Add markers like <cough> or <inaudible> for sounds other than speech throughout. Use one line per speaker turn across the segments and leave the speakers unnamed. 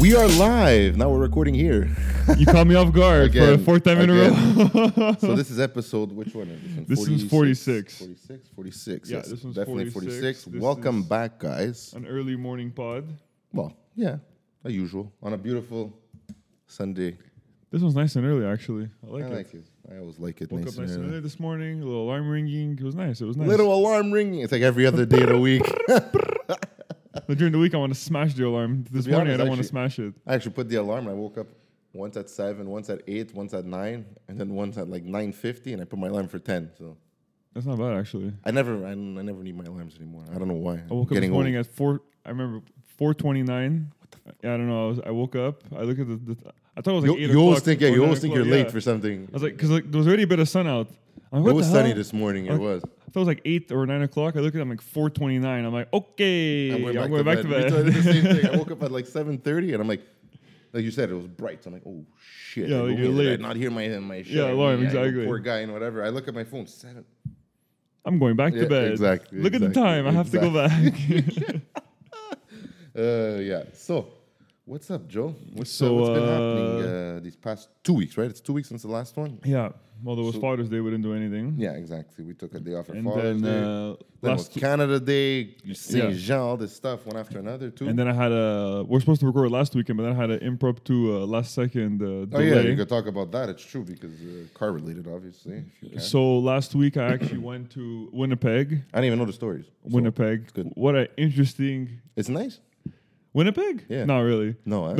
We are live. Now we're
<laughs>
recording here.
You caught me off guard for the
Again,
fourth time in
again.
a row.
so this is episode, which one is this? One?
This one's 46.
46? 46.
Yeah,
yes,
this one's
definitely 46.
46. This
Welcome
is-
back, guys.
<laughs> An early morning pod.
Well, yeah, as usual, on a beautiful Sunday.
This one's nice and early, actually. I like
I
it.
like it. I always like it.
Woke
nice
up nice
and
and
early.
early this morning. A little alarm ringing. It was nice. It was nice.
Little alarm ringing. It's like every other day of
<laughs>
the week.
But during the week, I want to smash the alarm. This
be
morning, I
honest,
don't want to
actually-
smash it.
I actually put the alarm. I woke up once at seven, once at eight, once at nine, and then once at like nine fifty, and I put my alarm for ten. So
That's not bad, actually.
I never, I, I never need my alarms anymore. I don't know why.
I woke up this morning at four. I remember four twenty-nine. Yeah, I don't know. I, was, I woke up. I looked at the. the I thought it was like
You,
eight
you always
o'clock
think, yeah,
or
you
nine
always think you're
o'clock,
late
yeah.
for something.
I was like, because like there was already a bit of sun out. I'm like, what
it was
the
sunny
hell?
this morning. It
Okay.
was.
I thought it was like eight or nine o'clock. I look at it, I'm like four twenty nine. I'm like, okay, I'm going, back, to bed.
We did the same thing. I woke up at like seven thirty, and I'm like, like you said, it was bright. So I'm like, oh shit.
Yeah,
like,
like,
oh,
you're
wait, did I
late.
not hear my my shit.
alarm,
you
exactly.
Poor guy and whatever. I look at my phone. Seven.
<laughs> I'm going back
Yeah,
to bed.
exactly,
Look at the
exactly,
time. I have to go back.
Uh, yeah. So, what's up, Joe? What's,
So,
what's been
uh,
happening uh, these past two weeks? Right, it's two weeks since the last one.
<laughs> yeah. Well, there was
So-
Father's Day. We didn't do anything.
Yeah, exactly. We took a day off for
And then
Father's Day.
uh,
then it was
last.
Canada Day, Saint
Yeah.
Jean, all this stuff, one after another, too.
and then I had a. We're supposed to record last weekend, but then I had an impromptu uh, last second uh,
Oh yeah,
delay.
you could talk about that. It's true because uh, car related, obviously. If you can.
so last week I actually went to Winnipeg.
I didn't even know the stories. So,
Winnipeg.
good.
What an interesting
It's nice.
Winnipeg.
Yeah.
Not really. <laughs>
No, I,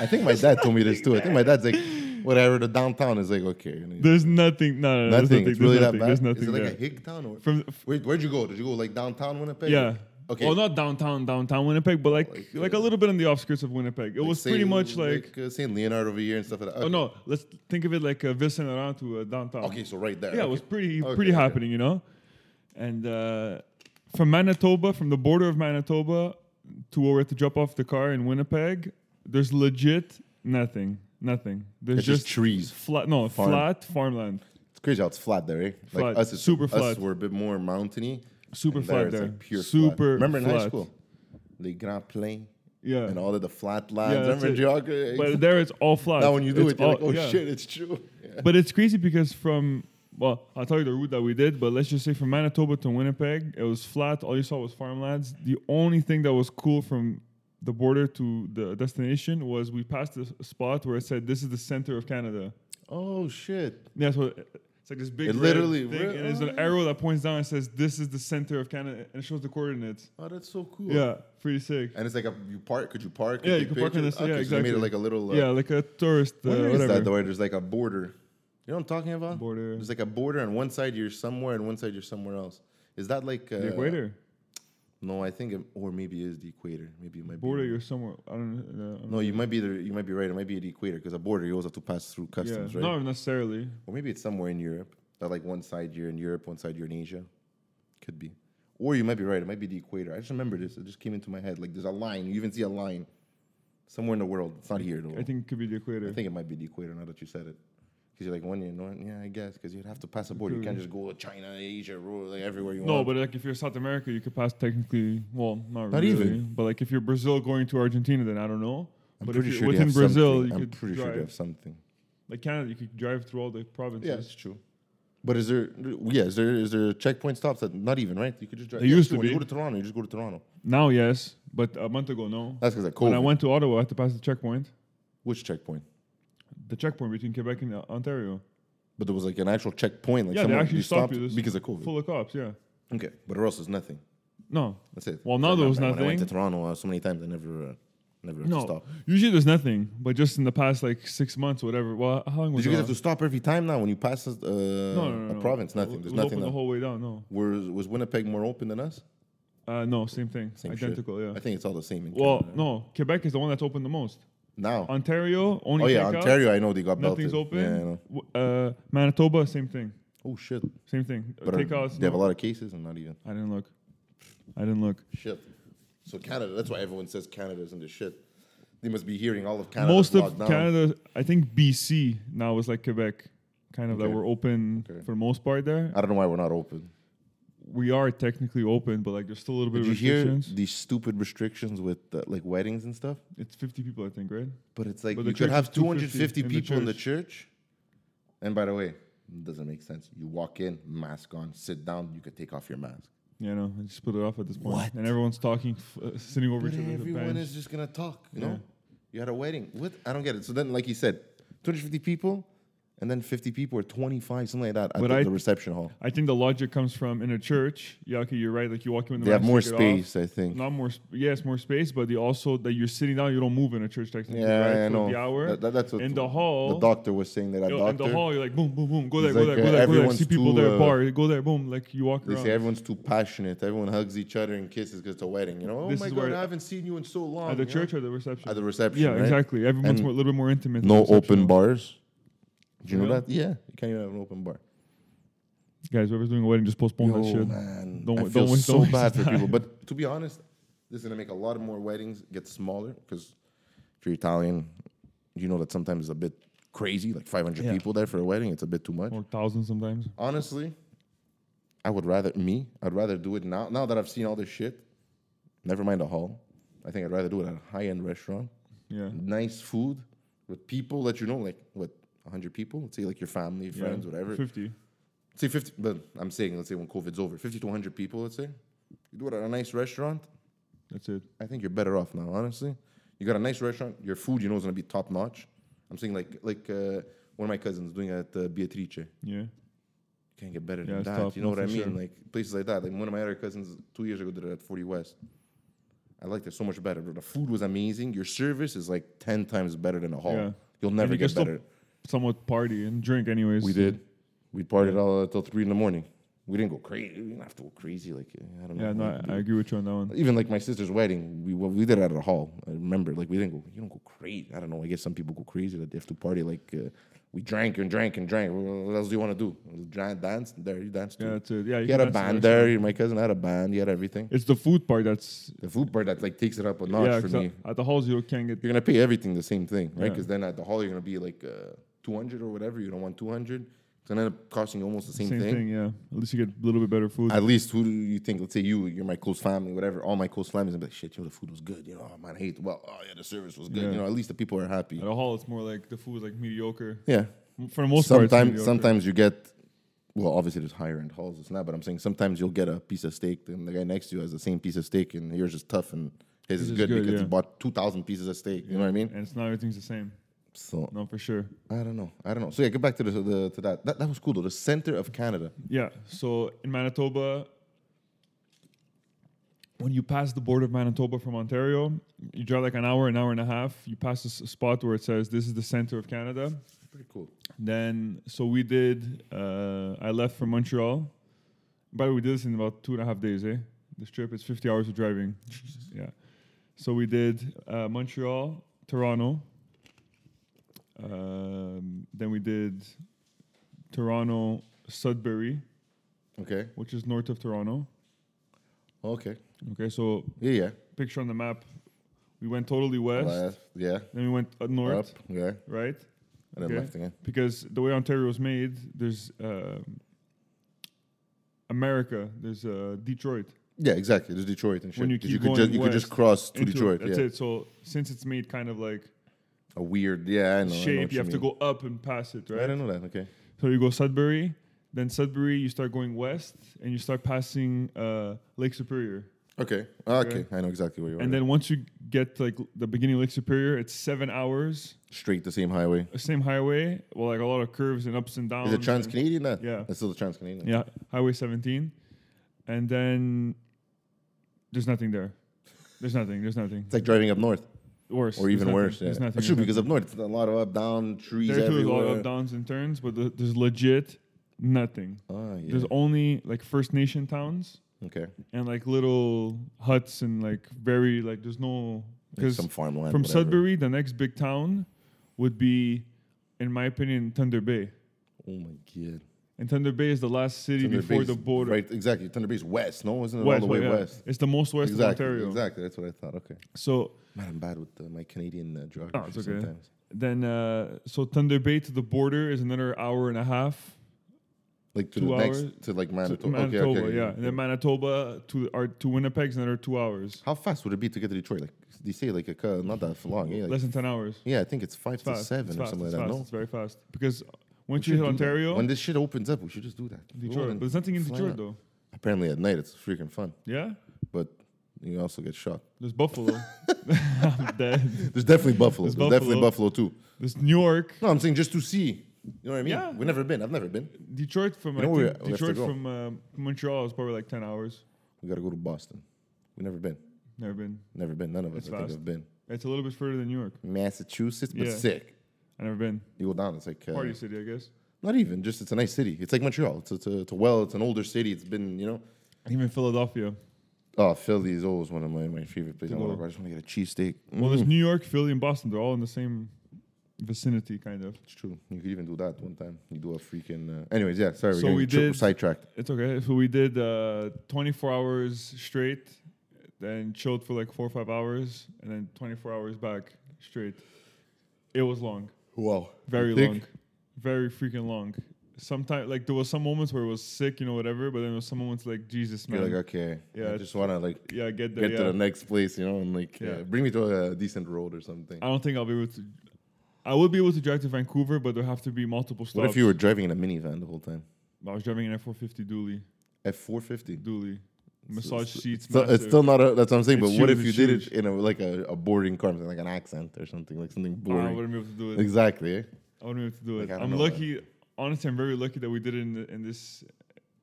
I think my dad told me this too. I think my dad's like, whatever. The downtown is like okay. You know,
There's nothing. No, no, no,
nothing.
There's
It's
nothing.
really
there's nothing.
that bad.
There's nothing
is it like
there.
a hick town? Or,
From
wait, where'd you go? Did you go like downtown Winnipeg?
Yeah. Oh,
Okay.
Well, not downtown, downtown Winnipeg, but like
Like,
like,
uh,
a little bit on the offskirts of Winnipeg. It
Like
was pretty
Saint-
much like,
uh, Saint Leonard over here and stuff like that. Okay.
oh no, let's think of it like a Ville Saint Laurent to uh, downtown.
Okay, so right there.
Yeah,
okay.
it was pretty
Okay,
pretty
okay.
happening, you know. And uh, from Manitoba, from the border of Manitoba to where we had to drop off the car in Winnipeg, there's legit nothing, nothing. There's
It's just trees.
flat, no
Farm.
flat farmland,
It's crazy how it's flat there, eh? Like
Flat.
us, it's
Super
us,
flat.
We're a bit more mountainy.
Super
and
flat
it's,
there.
Like pure Flat.
Super
Remember in high
flat.
school, the Grand Plain
yeah.
and all of the flat lines.
that's
Remember
it.
geography?
But there it's all flat.
now when you do
It's
it, you're like,
all-
oh
yeah.
shit, it's true. Yeah.
But it's crazy because from well, I'll tell you the route that we did, but let's just say from Manitoba to Winnipeg, it was flat. All you saw was farmlands. The only thing that was cool from the border to the destination was we passed this spot where it said this is the center of Canada.
Oh shit.
Yeah, so it's like this big
It
red
literally-
thing,
re-
and there's an
oh.
arrow that points down and says this is the center of Canada and it shows the coordinates.
Oh, that's so cool.
Yeah, pretty sick.
And it's like a you park. Could you park?
Yeah,
take
you can park in
pictures?
this- yeah,
Okay, so they made it
exactly.
like a little. Uh,
yeah, like a tourist uh,
Where is
whatever.
that? The way there's like a border. You know what I'm talking about?
Border.
There's like a border, and one side you're somewhere, and one side you're somewhere else. Is that like uh,
the equator
No, I think, it, or maybe it is the equator. Maybe it might
border.
be.
You're somewhere. I don't know.
No, you might be the, you might be right. It might be the equator because a border you always have to pass through
yeah,
customs, right?
not necessarily.
Or maybe it's somewhere in Europe. That like one side you're in Europe, one side you're in Asia. Could be. Or you might be right. It might be the equator. I just remember this. It just came into my head. Like there's a line. You even see a line somewhere in the world. It's not here though.
I think it could be the equator.
I think it might be the equator now that you said it. Because you're like one in north. Yeah, I guess. Because you'd have to pass a border. You can't just go to China, Asia, ro- like everywhere you
No,
want.
but like if you're South America, you could pass technically. Well, not,
Not
really,
even.
But like if you're Brazil going to Argentina, then I don't know.
I'm
but
pretty
if
sure
you're
they
within
have
Brazil,
something.
you
I'm
could
pretty
drive.
sure they have something.
Like Canada, you could drive through all the provinces.
Yeah, it's true. But is there? Yeah, is there? Is there checkpoint stops that not even right? You could just drive.
There
yeah,
used
true.
to
when
be.
you go to Toronto, you just go to Toronto.
Now, yes, but a month ago, no.
That's because of COVID.
When I went to Ottawa, I had to pass the checkpoint.
Which checkpoint?
The checkpoint between Quebec and uh, Ontario.
But there was like an actual checkpoint. Like
yeah, they
someone,
actually stopped
stopped
you. This
because of COVID.
Full of cops. Yeah.
Okay, but or else there's nothing.
No.
That's it.
Well, now there was
When I went to
nothing.
Toronto uh, so many times, I never, uh, never had to
No.
stop.
Usually there's nothing, but just in the past like six months, whatever. Well, how long was
Did you
it?
guys have to stop every time now when you pass uh,
no, no, no,
a
no.
province?
It
Nothing.
was
There's nothing.
open the
now.
whole way down. No.
was, was Winnipeg more open than us?
Uh, no, same thing.
Same shit.
Identical. Yeah.
I think it's all the same. In
Well,
Canada.
no, Quebec is the one that's open the most.
now.
Ontario only.
oh yeah,
takeout,
Ontario. I know they got
Nothing's
belted.
open.
Yeah, I know.
W- Uh, Manitoba, same thing.
Oh shit.
Same thing. Uh,
But uh,
Takeouts.
they have a
no.
lot of cases and not even.
I didn't look. I didn't look.
Shit. So Canada, that's why everyone says Canada isn't the shit. They must be hearing all of Canada.
Most of
locked down.
Canada, I think BC now is like Quebec, kind of
Okay.
that we're open
Okay.
for the most part there.
I don't know why we're not open.
we are technically open, but like there's still a little bit
Did
of
you hear
restrictions.
these stupid restrictions with uh, like weddings and stuff?
It's 50 people, I think, right?
But it's like
But the
you could
church is
have
250
250
in the
people in the church. And by the way, it doesn't make sense. You walk in, mask on, sit down, you could take off your mask.
Yeah, no, I just put it off at this point.
What?
And everyone's talking, f- uh, sitting over
But
each other.
everyone
Everyone
is just gonna talk, you
Yeah.
know? You had a wedding. What? I don't get it. So then, like you said, 250 people, and then 50 people or 25, something like that, at
But
the,
I-
the reception hall.
I think the logic comes from in a church. Yeah, okay, you're right. Like you walk in with the
They have
mask,
more
take it off.
space, I think.
Not more, sp- yes, more space, but they also that you're sitting down, you don't move in a church technically,
yeah,
right?
I
For
know.
The hour
That- that- that's what
in the
the
hall.
doctor was saying. That a
yo, in
doctor.
the hall, you're like boom, boom, boom. Go there,
It's
go
like,
there,
uh,
go there, go there. I
everyone's
See people
too,
there,
uh,
bar. Go there, boom. Like you walk
They
around.
say everyone's too passionate. Everyone hugs each other and kisses because it's a wedding. You know, oh
This
my
is
god,
where-
I haven't seen you in so long.
at the
you know?
church or the reception.
At the reception.
yeah,
right?
exactly. Everyone's
And
more, a little bit more intimate.
No
reception.
open bars. Do you know
Yeah.
that? Yeah, you can't even have an open bar.
Guys, whoever's doing a wedding, just postpone that
Yo,
shit.
man,
Don't
I
wa-
feel
don't waste-
so
don't waste
bad
the
for people.
time.
But to be honest, this is gonna make a lot more weddings get smaller because if you're Italian, you know that sometimes it's a bit crazy, like 500
Yeah.
people there for a wedding. It's a bit too much.
Or thousands sometimes.
Honestly, I would rather me. I'd rather do it now. Now that I've seen all this shit, never mind a hall. I think I'd rather do it at a high-end restaurant,
Yeah.
nice food with people that you know, like what 100 people. Let's say like your family,
Yeah.
friends, whatever.
50.
Say 50, but I'm saying, let's say when COVID's over, 50 to 100 people, let's say. You do it at a nice restaurant,
That's it.
I think you're better off now, honestly. You got a nice restaurant, your food, you know, is going to be top notch. I'm saying, like, like uh, one of my cousins doing at uh, Beatrice.
Yeah.
Can't get better
Yeah,
than
it's
that.
top,
you know
no,
what I
for
mean?
sure.
Like, places like that. Like, one of my other cousins two years ago did it at 40 West. I liked it so much better. bro. The food was amazing. Your service is like 10 times better than a hall.
Yeah.
You'll never
you can
get
still-
better.
Somewhat party and drink, anyways.
We did. We partied all till three in the morning. We didn't go crazy. We didn't have to go crazy. Like I don't know.
Yeah, no, I, I agree with you on that one.
Even like my sister's wedding, we well, we did it at a hall. I remember. Like we didn't go. You don't go crazy. I don't know. I guess some people go crazy that they have to party. Like uh, we drank and drank and drank. What else do you want to do? Dran- Dance there. You danced.
Yeah,
Too.
that's it. Yeah, you
He had a
can answer
band
that.
there. My cousin had a band. He had everything.
It's the food part that's
The food part that like takes it up a notch
yeah.
Oh, for
'cause at-
me.
At the halls, you can't get
You're gonna pay everything the same thing, right?
Yeah.
Because then at the hall you're gonna be like uh, 200 or whatever. You don't want 200. It's gonna end up costing you almost the
the
same,
same
thing.
thing. Yeah, at least you get a little bit better food.
at least who do you think? Let's say you, you're my close family, whatever. All my close families, I'm like, shit, you know, the food was good. You know, oh, man, I hate. Well, oh yeah, the service was good.
Yeah.
You know, at least the people are happy.
At a hall, it's more like the food is like mediocre.
Yeah.
For the most part,
sometimes,
it's mediocre.
sometimes you get. Well, obviously there's higher end halls, it's not. But I'm saying sometimes you'll get a piece of steak, and the guy next to you has the same piece of steak, and yours is tough, and his, is
is
good,
good,
because he
yeah.
bought two thousand pieces of steak. You know what I mean?
and it's not everything's the same.
So
No, for sure.
I don't know. I don't know. So yeah, get back to the, the to that. that. That was cool though. The center of Canada.
Yeah. So in Manitoba, when you pass the border of Manitoba from Ontario, you drive like an hour, an hour and a half. You pass a s- spot where it says this is the center of Canada.
Pretty cool.
Then, so we did. Uh, I left from Montreal. By the way, we did this in about two and a half days, eh? This trip is 50 hours of driving. Yeah. So we did uh, Montreal, Toronto. Um, then we did Toronto, Sudbury,
Okay.
which is north of Toronto.
Okay.
Okay, so
Yeah. Yeah.
picture on the map. We went totally west,
Left. Yeah.
then we went uh, north,
Up. Yeah.
right?
And then
Okay.
left again.
because the way Ontario was made, there's um America, there's uh, Detroit.
Yeah, exactly. There's Detroit and shit.
When you
'Cause
keep
could
going
just you could just
west
cross to
into-
Detroit.
That's
yeah.
it. So since it's made kind of like
A weird. Yeah, I know. I know
shape,
what
you have to
mean.
go up and pass it,
I
right?
didn't know that. Okay.
So you go Sudbury, then Sudbury, you start going west, and you start passing uh, Lake Superior.
Okay. Okay. I know exactly where you are.
And then once you get to like the beginning of Lake Superior, it's seven hours,
straight the same highway.
same highway, well, like a lot of curves and ups and downs.
Is it Trans
and-
Canadian? That
Oh, Yeah.
That's still the Trans Canadian.
Yeah, Highway 17, and then there's nothing there. There's nothing. The's nothing.
It's like driving up north,
Worse,
or even
there's nothing,
worse. Yeah.
There's nothing.
That's true
there's
because up north it's a lot of up down trees
nothing. there too is a
everywhere.
lot of downs and turns, but the, there's legit nothing.
Ah, yeah.
There's only like First Nation towns
okay.
and like little huts and like very like there's no
Like
because
some farmland.
from
whatever.
Sudbury the next big town would be, in my opinion, Thunder Bay.
Oh my god.
And Thunder Bay is the last city
Thunder
before
Bay's
the border.
Right, exactly. Thunder Bay's west, no? Isn't it
West,
all the way
yeah.
west?
It's the most west
Exactly,
of Ontario.
exactly. That's what I thought. Okay.
So
Man, I'm bad with uh, my Canadian uh, geography
Oh, it's okay.
sometimes.
Then, uh, so Thunder Bay to the border is another hour and a half.
Like to
Two
the
hours
next to like Manitoba.
To Manitoba,
okay, okay,
yeah. And then Manitoba to or to Winnipeg's another two hours,
How fast would it be to get to Detroit? Like they say, like a ca- not that long. Yeah, like-
less than ten hours.
yeah, I think it's five
It's fast.
to
It's
seven or
fast.
something
it's
like that.
fast.
No,
It's very fast because
We
once
should
you hit
do that.
Ontario,
When this shit opens up, we should just do that. Go
Detroit,
and
but there's nothing in
fly
Detroit
out.
though.
Apparently, at night it's freaking fun,
Yeah,
but you also get shot.
there's
<laughs>
Buffalo. <laughs> I'm dead.
There's definitely Buffalo.
There's
There's, definitely Buffalo too.
There's New York,
No, I'm saying just to see. You know what I mean?
Yeah.
We've never been. I've never been.
Detroit from
You know
I
where
think
we have to
Detroit
go?
from um Montreal is probably like ten hours.
We gotta go to Boston. We've never been.
Never been.
Never been. None of us
It's
I think
fast.
have been.
It's a little bit further than New York.
Massachusetts, but
Yeah.
sick.
I never been.
You go down, it's like uh,
Party city, I guess.
not even. Just it's a nice city. It's like Montreal. It's it's, a, it's a well. It's an older city. It's been you know.
Even Philadelphia.
Oh, Philly is always one of my, my favorite places. I,
To
wanna
go.
go. I just want to get a cheesesteak.
Well, there's New York, Philly, and Boston. They're all in the same vicinity, kind of.
It's true. You could even do that one time. You do a freaking. Uh, anyways, yeah. Sorry,
So
we're
we
we
did-
sidetracked.
It's okay. So we did uh, 24 hours straight, then chilled for like four or five hours, and then 24 hours back straight. It was long,
Wow.
very
You think?
long, very freaking long. Sometimes, like there was some moments where it was sick, you know, whatever. But then there was some moments like Jesus, man.
You're like okay.
Yeah,
I
it's-
just want to like
yeah, get there.
get to
yeah.
the next place, you know, and like uh,
Yeah.
bring me to a decent road or something.
I don't think I'll be able to. I would be able to drive to Vancouver, but there have to be multiple stops.
What if you were driving in a minivan the whole time?
I was driving an F450 dually,
F four fifty.
dually, massage seats.
So it's
massive.
still not a, that's what I'm saying.
It's
but what
huge,
if you
it's
did
huge.
it in a like a, a boring car, something like an accent or something like something
I
boring?
wouldn't be able to do it.
exactly. Eh?
I wouldn't be able to do it.
Like, I don't
I'm
know,
lucky. Honestly, I'm very lucky that we did it in, the, in this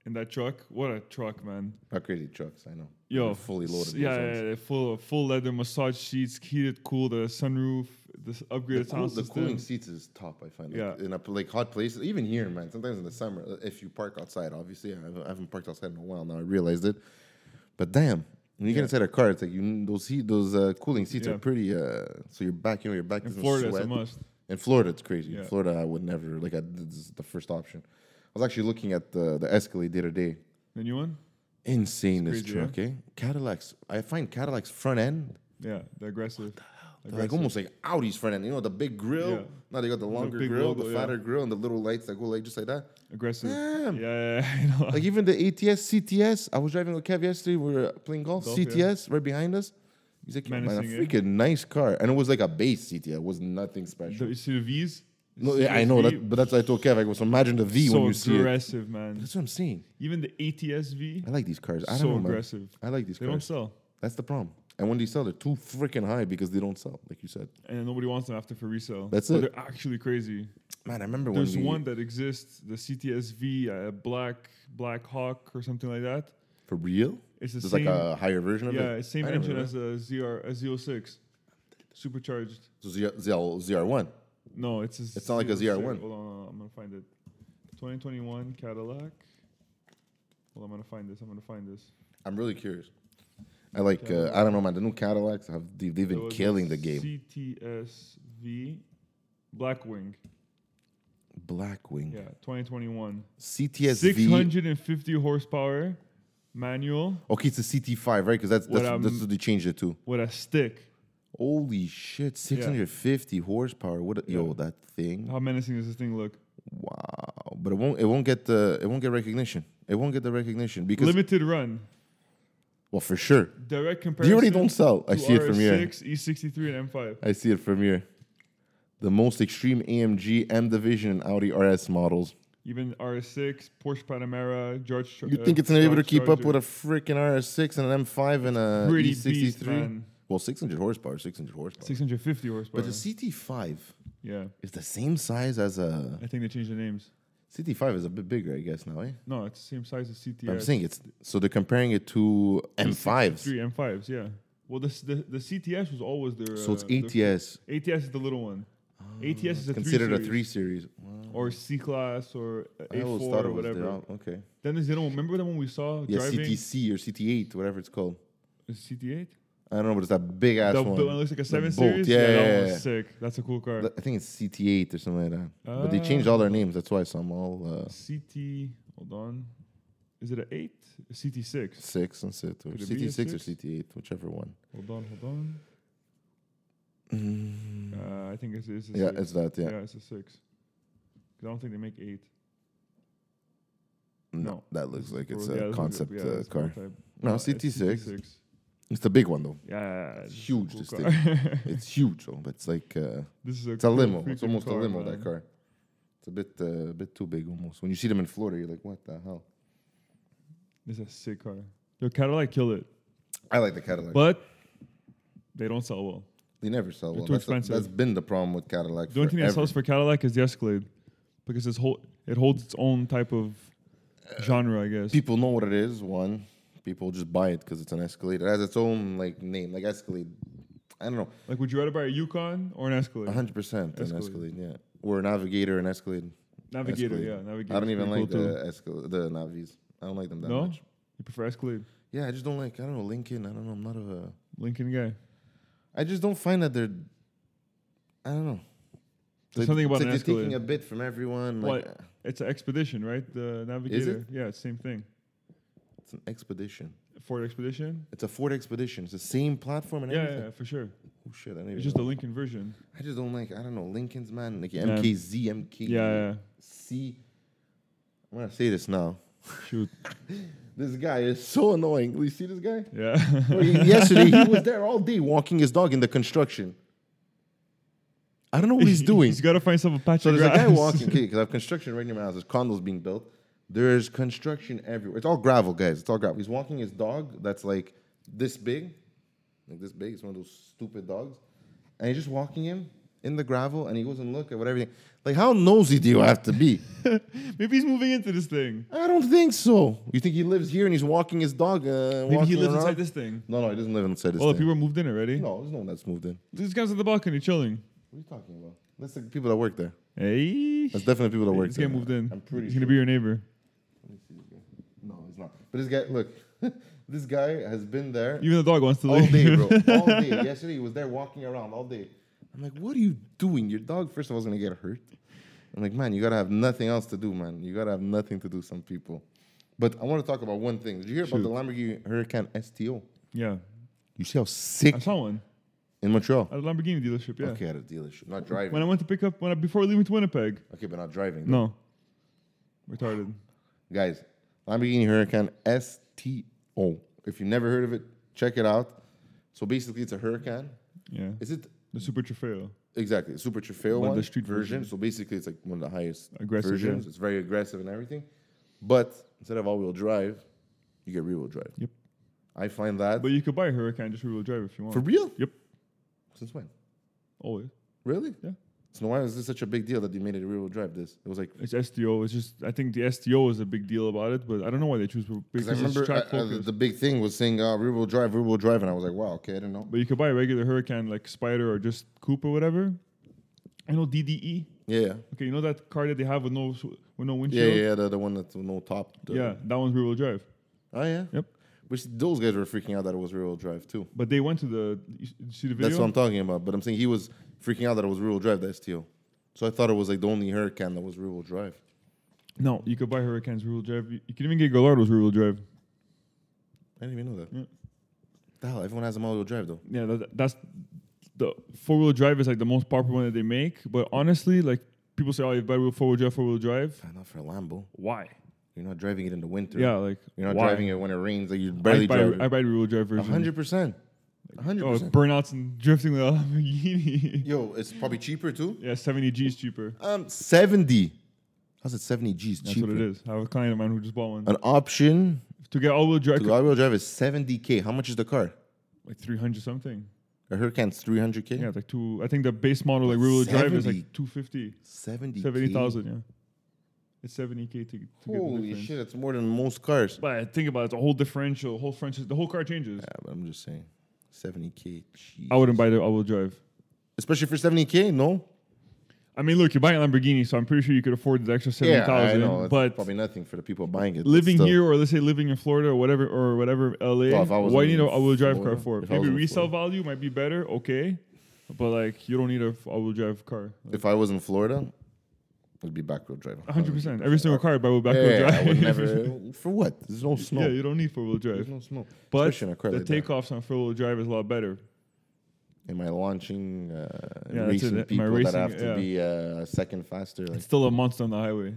in that truck. What a truck, man!
Not crazy trucks, I know.
Yo,
They're fully
s-
loaded.
Yeah,
those
yeah,
ones.
yeah, full full leather massage seats, heated, cool, the sunroof, the s-
The,
upgraded
cool,
sound
the
system.
cooling seats is top. I find. Like,
Yeah.
In a, like hot places, even here, man. Sometimes in the summer, uh, if you park outside, obviously I haven't, I haven't parked outside in a while now. I realized it. But damn, when you get inside a car, it's like you those heat, those uh, cooling seats
Yeah.
are pretty. Uh, so your back, you know, your back
in
doesn't
Florida, it's a
sweat.
must.
In Florida, it's crazy.
Yeah.
In Florida, I would never like. I, this is the first option. I was actually looking at the the Escalade the other day.
The new one,
Insane this
It's crazy,
truck, eh? Cadillacs. I find Cadillacs front end
yeah, the aggressive.
they're like almost like Audi's front end. You know the big grill.
Yeah.
Now they got the longer
big
grill,
logo,
the
yeah.
fatter grill, and the little lights that go like just like that.
aggressive.
Damn.
Yeah, yeah, yeah, <laughs> I know.
Like even the ATS, CTS. I was driving with Kev yesterday. We were playing golf.
Golf, yeah.
CTS right behind us. He's like, man, a
Menacing, eh?
freaking nice car, and it was like a base CTS. It was nothing
The-
special.
you see the V's?
No,
It's
yeah, I know
V,
that, but that's what I told Kev. I was imagine the V
so
when you see it.
aggressive, man.
That's what I'm saying.
Even the ATSV,
I like these cars. I don't
so
know, man.
aggressive.
I like these
They don't
cars.
sell,
That's the problem. And when they sell, they're too freaking high because they don't sell, like you said.
and nobody wants them after for resale.
That's
But
it.
They're actually crazy.
Man, I remember
There's
when we,
one that exists, the CTSV uh, Black Black Hawk or something like that.
for real.
It's the
There's
same,
like a higher version of
yeah,
it.
it's same
I never
engine
knew
as a ZR a Z06, supercharged.
So ZR, ZR1.
No, it's a
It's not like a ZR1.
Hold on, hold on, I'm gonna find it. 2021 Cadillac. Well, I'm gonna find this. I'm gonna find this.
I'm really curious. I like, uh, I don't know, man. The new Cadillacs have they, they've
There
been
was a
killing the game.
CTSV Blackwing.
Blackwing,
Yeah, 2021.
CTSV.
650 horsepower, manual
Okay, it's a CT5, right? Because that's
What
that's,
I'm-
that's what they changed it to.
with a stick.
Holy shit, 650 horsepower. What a,
Yeah.
yo that thing?
How menacing does this thing look?
Wow. But it won't it won't get the it won't get recognition. It won't get the recognition because
Limited run,
well for sure.
direct
They
comparison.
already don't sell. I
to
see it from here.
RS6, E63, and M5.
I see it from here. The most extreme AMG M division and Audi RS models.
Even RS6, Porsche Panamera, George. Char-
You
uh,
think it's gonna be able to
Dodge
keep up
Charger.
with uh, a freaking RS6 and an M5 and a E
pretty beast,
E63?
man?
Well, 600 horsepower, 600 horsepower.
650 horsepower.
But the CT5
yeah,
is the same size as a
I think they changed the names.
CT5 is a bit bigger, I guess now. Eh?
No, it's the same size as
But I'm
CTS.
saying it's so they're comparing it to M5s.
Three M5s, yeah. Well, this, the the CTS was always their.
So it's
uh, their-
ATS
ATS is the little one. ATS is a
Oh, considered
three
a
series.
three series. Wow.
or C class or uh,
Mm-hmm. I
A4
always thought
or
it was the-
whatever.
oh, okay.
Then there's the other one. Remember the one we saw
Yeah,
driving?
CTC or CT8, whatever it's called.
Is it CT8?
I don't know, but it's that big ass
That
one.
one that looks like a seven
Bolt,
series.
yeah,
that
yeah,
one's
yeah.
sick. That's a cool car.
Th- I think it's CT8 or something like that. but they changed
uh, Ah.
all their names. That's why some all uh,
CT. Hold on. Is it a eight? A CT6.
six and sit or
Could it be a
CT6 or
six?
CT8, whichever one.
Hold on. Hold on. Uh, I think it's, it's a
Yeah,
six.
it's that. Yeah.
yeah, it's a six. 'Cause I don't think they make eight. No.
that looks like it's
Yeah,
a
that's what it-
concept
yeah,
uh,
that's
car.
prototype.
No,
Yeah, it's
CT6.
CT6.
It's the big one though.
Yeah, Yeah, yeah, it's a
huge,
cool
this
car. <laughs>
It's huge though, but it's like uh,
this is a
it's a
cool
limo.
freaking
It's almost a limo.
man.
That car. It's a bit uh, a bit too big almost. When you see them in Florida, you're like, what the hell?
It's a sick car. Your Cadillac killed it,
I like the Cadillac.
but they don't sell well.
they never sell
they're
one.
too
That's, the-
expensive.
that's been the problem with Cadillac.
The only thing that
forever.
sells for Cadillac is the Escalade, because it's whole, it holds its own type of genre, I guess.
people know what it is. One, people just buy it because it's an Escalade. It has its own like name, like Escalade. I don't know,
Like, would you rather buy a Yukon or an Escalade?
hundred percent an
Escalade.
Escalade, yeah, or a Navigator and Escalade.
Navigator,
Escalade.
yeah, Navigator.
I don't even like the Escal- the Navis. I don't like them that
No,
much.
you prefer Escalade,
Yeah, I just don't like. I don't know Lincoln. I don't know. I'm not of a.
Lincoln guy.
I just don't find that they're. I don't know.
There's something about
it's
an
like they're taking
Escalade.
a bit from everyone. Like,
What? It's an Expedition, right? The Navigator. Yeah, it's same thing.
It's an expedition.
Ford Expedition.
It's a Ford Expedition. It's the same platform and
Yeah, yeah,
everything.
yeah, for sure.
Oh shit! I didn't even
It's just
know.
the Lincoln version.
I just don't like. I don't know Lincoln's man. Like
Yeah.
MKZ, MK.
Yeah,
See, I'm gonna say this now.
yeah. Shoot.
This guy is so annoying. You see this guy?
Yeah.
Well, he- <laughs> Yesterday he was there all day walking his dog in the construction. I don't know
<laughs>
what he's doing.
He's got to find some a patch
So
of
there's a guy
grass.
walking because I have construction right near my house. There's condos being built. There's construction everywhere. It's all gravel, guys. It's all gravel. He's walking his dog that's like this big, like this big. It's one of those stupid dogs, and he's just walking him in the gravel, and he goes and look at what everything. Like how nosy do you have to be?
Maybe he's moving into this thing.
I don't think so. You think he lives here and he's walking his dog? Uh,
Maybe he
walking
lives
around?
inside this thing.
No, no, he doesn't live inside this.
Oh, the
thing.
people moved in already.
No, there's no one that's moved in.
This guy's at the balcony chilling.
What are you talking about? That's the people that work there.
Hey.
That's definitely people that work
This guy
there.
moved in.
I'm pretty
He's
sure.
gonna be your neighbor.
No, it's not. But this guy, look, <laughs> this guy has been there
Even the dog wants to
all
leave.
day, bro. All day. Yesterday he was there walking around all day. I'm like, what are you doing? Your dog, first of all, is gonna get hurt. I'm like, man, you gotta have nothing else to do, man. You gotta have nothing to do. Some people. But I want to talk about one thing. Did you hear about the Lamborghini Huracan STO?
<laughs> yeah.
You see how sick
I saw one
in Montreal.
at a Lamborghini dealership. Yeah.
Okay, at a dealership, not driving.
When I went to pick up when I, before leaving to Winnipeg.
okay, but not driving.
No. Retarded.
Guys, Lamborghini Huracan STO. If you never heard of it, check it out. So basically, it's a Huracan.
Yeah.
Is it
The Super Trofeo.
exactly Super Trofeo
But
one?
the street version.
So basically, it's like one of the highest
Aggressive,
versions.
yeah.
It's very aggressive and everything. But instead of all-wheel drive, you get rear-wheel drive.
Yep.
I find that
But you could buy a Huracan just rear-wheel drive if you want.
for real.
Yep.
Since when?
Always.
Really?
Yeah.
So why is this such a big deal that they made it a rear-wheel drive? This it was like
It's STO. It's just I think the STO is a big deal about it, but I don't know why they choose because
because I remember
it's track
uh, uh,
focused.
the big thing was saying uh, rear-wheel drive, rear-wheel drive, and I was like, wow, okay, I didn't know.
but you could buy a regular Huracan like Spider or just Coupe or whatever. I know DDE.
Yeah, yeah,
Okay, you know that car that they have with no s- with no
yeah,
windshield.
yeah, yeah, the, the one that's with no top. the-
Yeah, that one's rear-wheel drive.
Oh yeah.
Yep.
Which those guys were freaking out that it was rear-wheel drive too.
But they went to the. You s- you see the video.
That's what I'm talking about. But I'm saying he was freaking out that it was rear-wheel drive, the STO. So I thought it was like the only Huracan that was rear-wheel drive.
no, you could buy Huracans rear-wheel drive. You, you can even get Gallardo's rear-wheel drive.
I didn't even know that.
Yeah.
The hell, everyone has an all-wheel drive though.
Yeah, that, that's the four-wheel drive is like the most popular one that they make. But honestly, like people say, oh, you buy wheel four-wheel drive, four-wheel drive.
Ah, Not for a Lambo.
Why?
You're not driving it in the winter.
Yeah, like
You're not
why?
driving it when it rains. Like you
I
barely
buy,
drive
I
it.
buy the rear-wheel drive version.
hundred percent. hundred
Oh,
percent.
burnouts and <laughs> drifting with a Lamborghini. <laughs>
Yo, it's probably cheaper too.
yeah, 70 G is cheaper.
Um, seventy. How's it seventy G's
That's
cheaper?
what it is. I have a client of mine who just bought one.
An option
to get all-wheel drive,
to all-wheel drive is seventy k. How much is the car?
like 300 something.
A Huracan's three hundred k.
Yeah, it's like two. I think the base model like rear-wheel drive is
70.
like 250,
70
70,000. Yeah, it's 70k to, to get the
Holy
difference.
shit, that's more than most cars.
But I think about it, it's a whole differential, whole French, the whole car changes.
Yeah, but I'm just saying, 70k.
I wouldn't buy the all-wheel drive.
especially for 70k. No,
I mean, look, you're buying a Lamborghini, so I'm pretty sure you could afford the extra
yeah,
70,000.
I know. It's
but
probably nothing for the people buying it. but
living
still.
here or let's say living in Florida or whatever or whatever LA,
Well, if I was
why
in
you need an all-wheel drive car
Florida-
for?
if I was
Maybe
in
resale value might be better, okay, but like you don't need a f- all-wheel drive car.
if I was in Florida, it'd be back
<laughs>
wheel driving.
100. percent Every single car by back
Yeah,
wheel
yeah,
drive.
I would never. for what? There's no
<laughs>
snow. <laughs>
yeah, you don't need four-wheel
There's
drive.
no snow.
But
Especially in a car
the
like that.
takeoffs on four-wheel drive is a lot better.
Am I launching uh,
Yeah, that's
racing
it. Am I
people that
racing-
have to
yeah.
be uh, second faster? Like,
It's still a monster on the highway.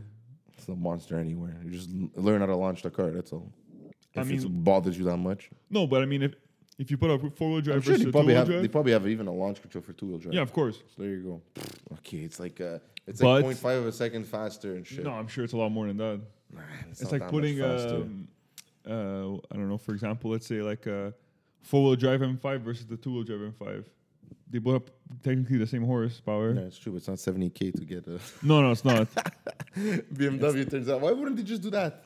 It's no monster anywhere. You just l- learn how to launch the car. That's all.
I
If it
mean-
bothers you that much,
No, but I mean, if if you put a four wheel drive
I'm sure
versus
they
a two
probably
wheel
have. They
drive,
probably have even a launch control for two wheel drive.
yeah, of course.
So there you go. Okay, it's like uh, it's
But-
like 0.5 of a second faster and shit.
No, I'm sure it's a lot more than that.
Nah,
It's,
not
like
that much
putting,
faster.
um, uh, I don't know, for example, let's say like a four wheel drive M5 versus the two wheel drive M5. They both have technically the same horsepower.
No, it's true. It's not 70k to get a <laughs>
No, no, it's not.
BMW. turns out, why wouldn't they just do that?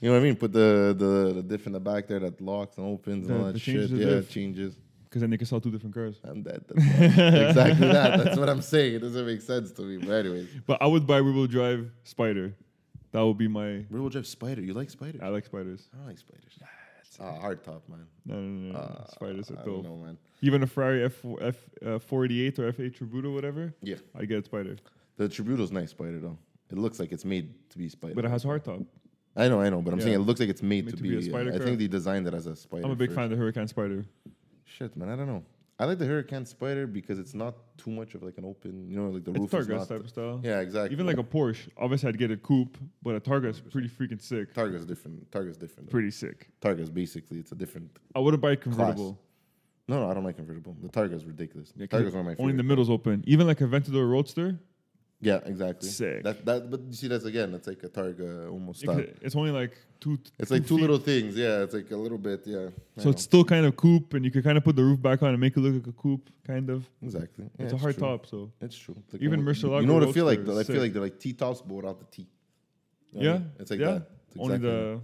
You know what I mean? Put the the, the diff in the back there that locks and opens and
The-
all
the
that shit.
changes the
Yeah,
diff.
changes.
Because then they can sell two different cars.
I'm dead. That's
<laughs>
why. exactly that. That's what I'm saying. It doesn't make sense to me. But anyways,
But I would buy rear wheel drive Spider. That would be my.
rear wheel drive spider. You like spiders?
I like spiders.
I don't like spiders. Ah, hard top, man.
No, no, no, no, no. Uh, spiders
Uh, I
are
don't
dope.
know, man.
Even a Ferrari F, F uh, 48 or F8 Tributo, whatever,
Yeah,
I get spider.
the Tributo's nice spider though. It looks like it's made to be spider.
But it has hardtop.
I know, I know, but I'm
Yeah.
saying it looks like it's made, to, be. a
spider
I
curve.
think they designed it as a spider.
I'm a big
first.
fan of the Hurricane Spider.
Shit, man, I don't know. I like the Hurricane Spider because it's not too much of like an open, you know, like the
It's
roof is
Targas
not.
type of style.
Yeah, exactly.
Even like a Porsche. Obviously, I'd get a coupe, but a Targa's pretty freaking sick.
Targa's different. Targa's different.
Pretty sick.
Targa's basically it's a different.
I wouldn't buy a convertible.
No, no, I don't like convertible. The Targa's ridiculous.
Yeah, 'cause
Targa's one of my
Only
favorite.
the middle's open. Even like a Ventador Roadster,
yeah, exactly.
Sick.
That that, but you see, that's again, that's like a Targa almost
it
style.
could- it's only like two.
It's like two
feet.
little things. Yeah, it's like a little bit. Yeah. I
So
know.
it's still kind of coupe, and you could kind of put the roof back on and make it look like a coupe, kind of.
exactly. Yeah,
it's a hard
true.
top, so
It's true. It's like
Even
almost-
Murcielago
You know what I
Roadster
feel like?
is
though? I
sick.
feel like they're like T tops, but without the T. You know what I
yeah,
mean? It's like
yeah.
that. It's
Only
exactly that.
the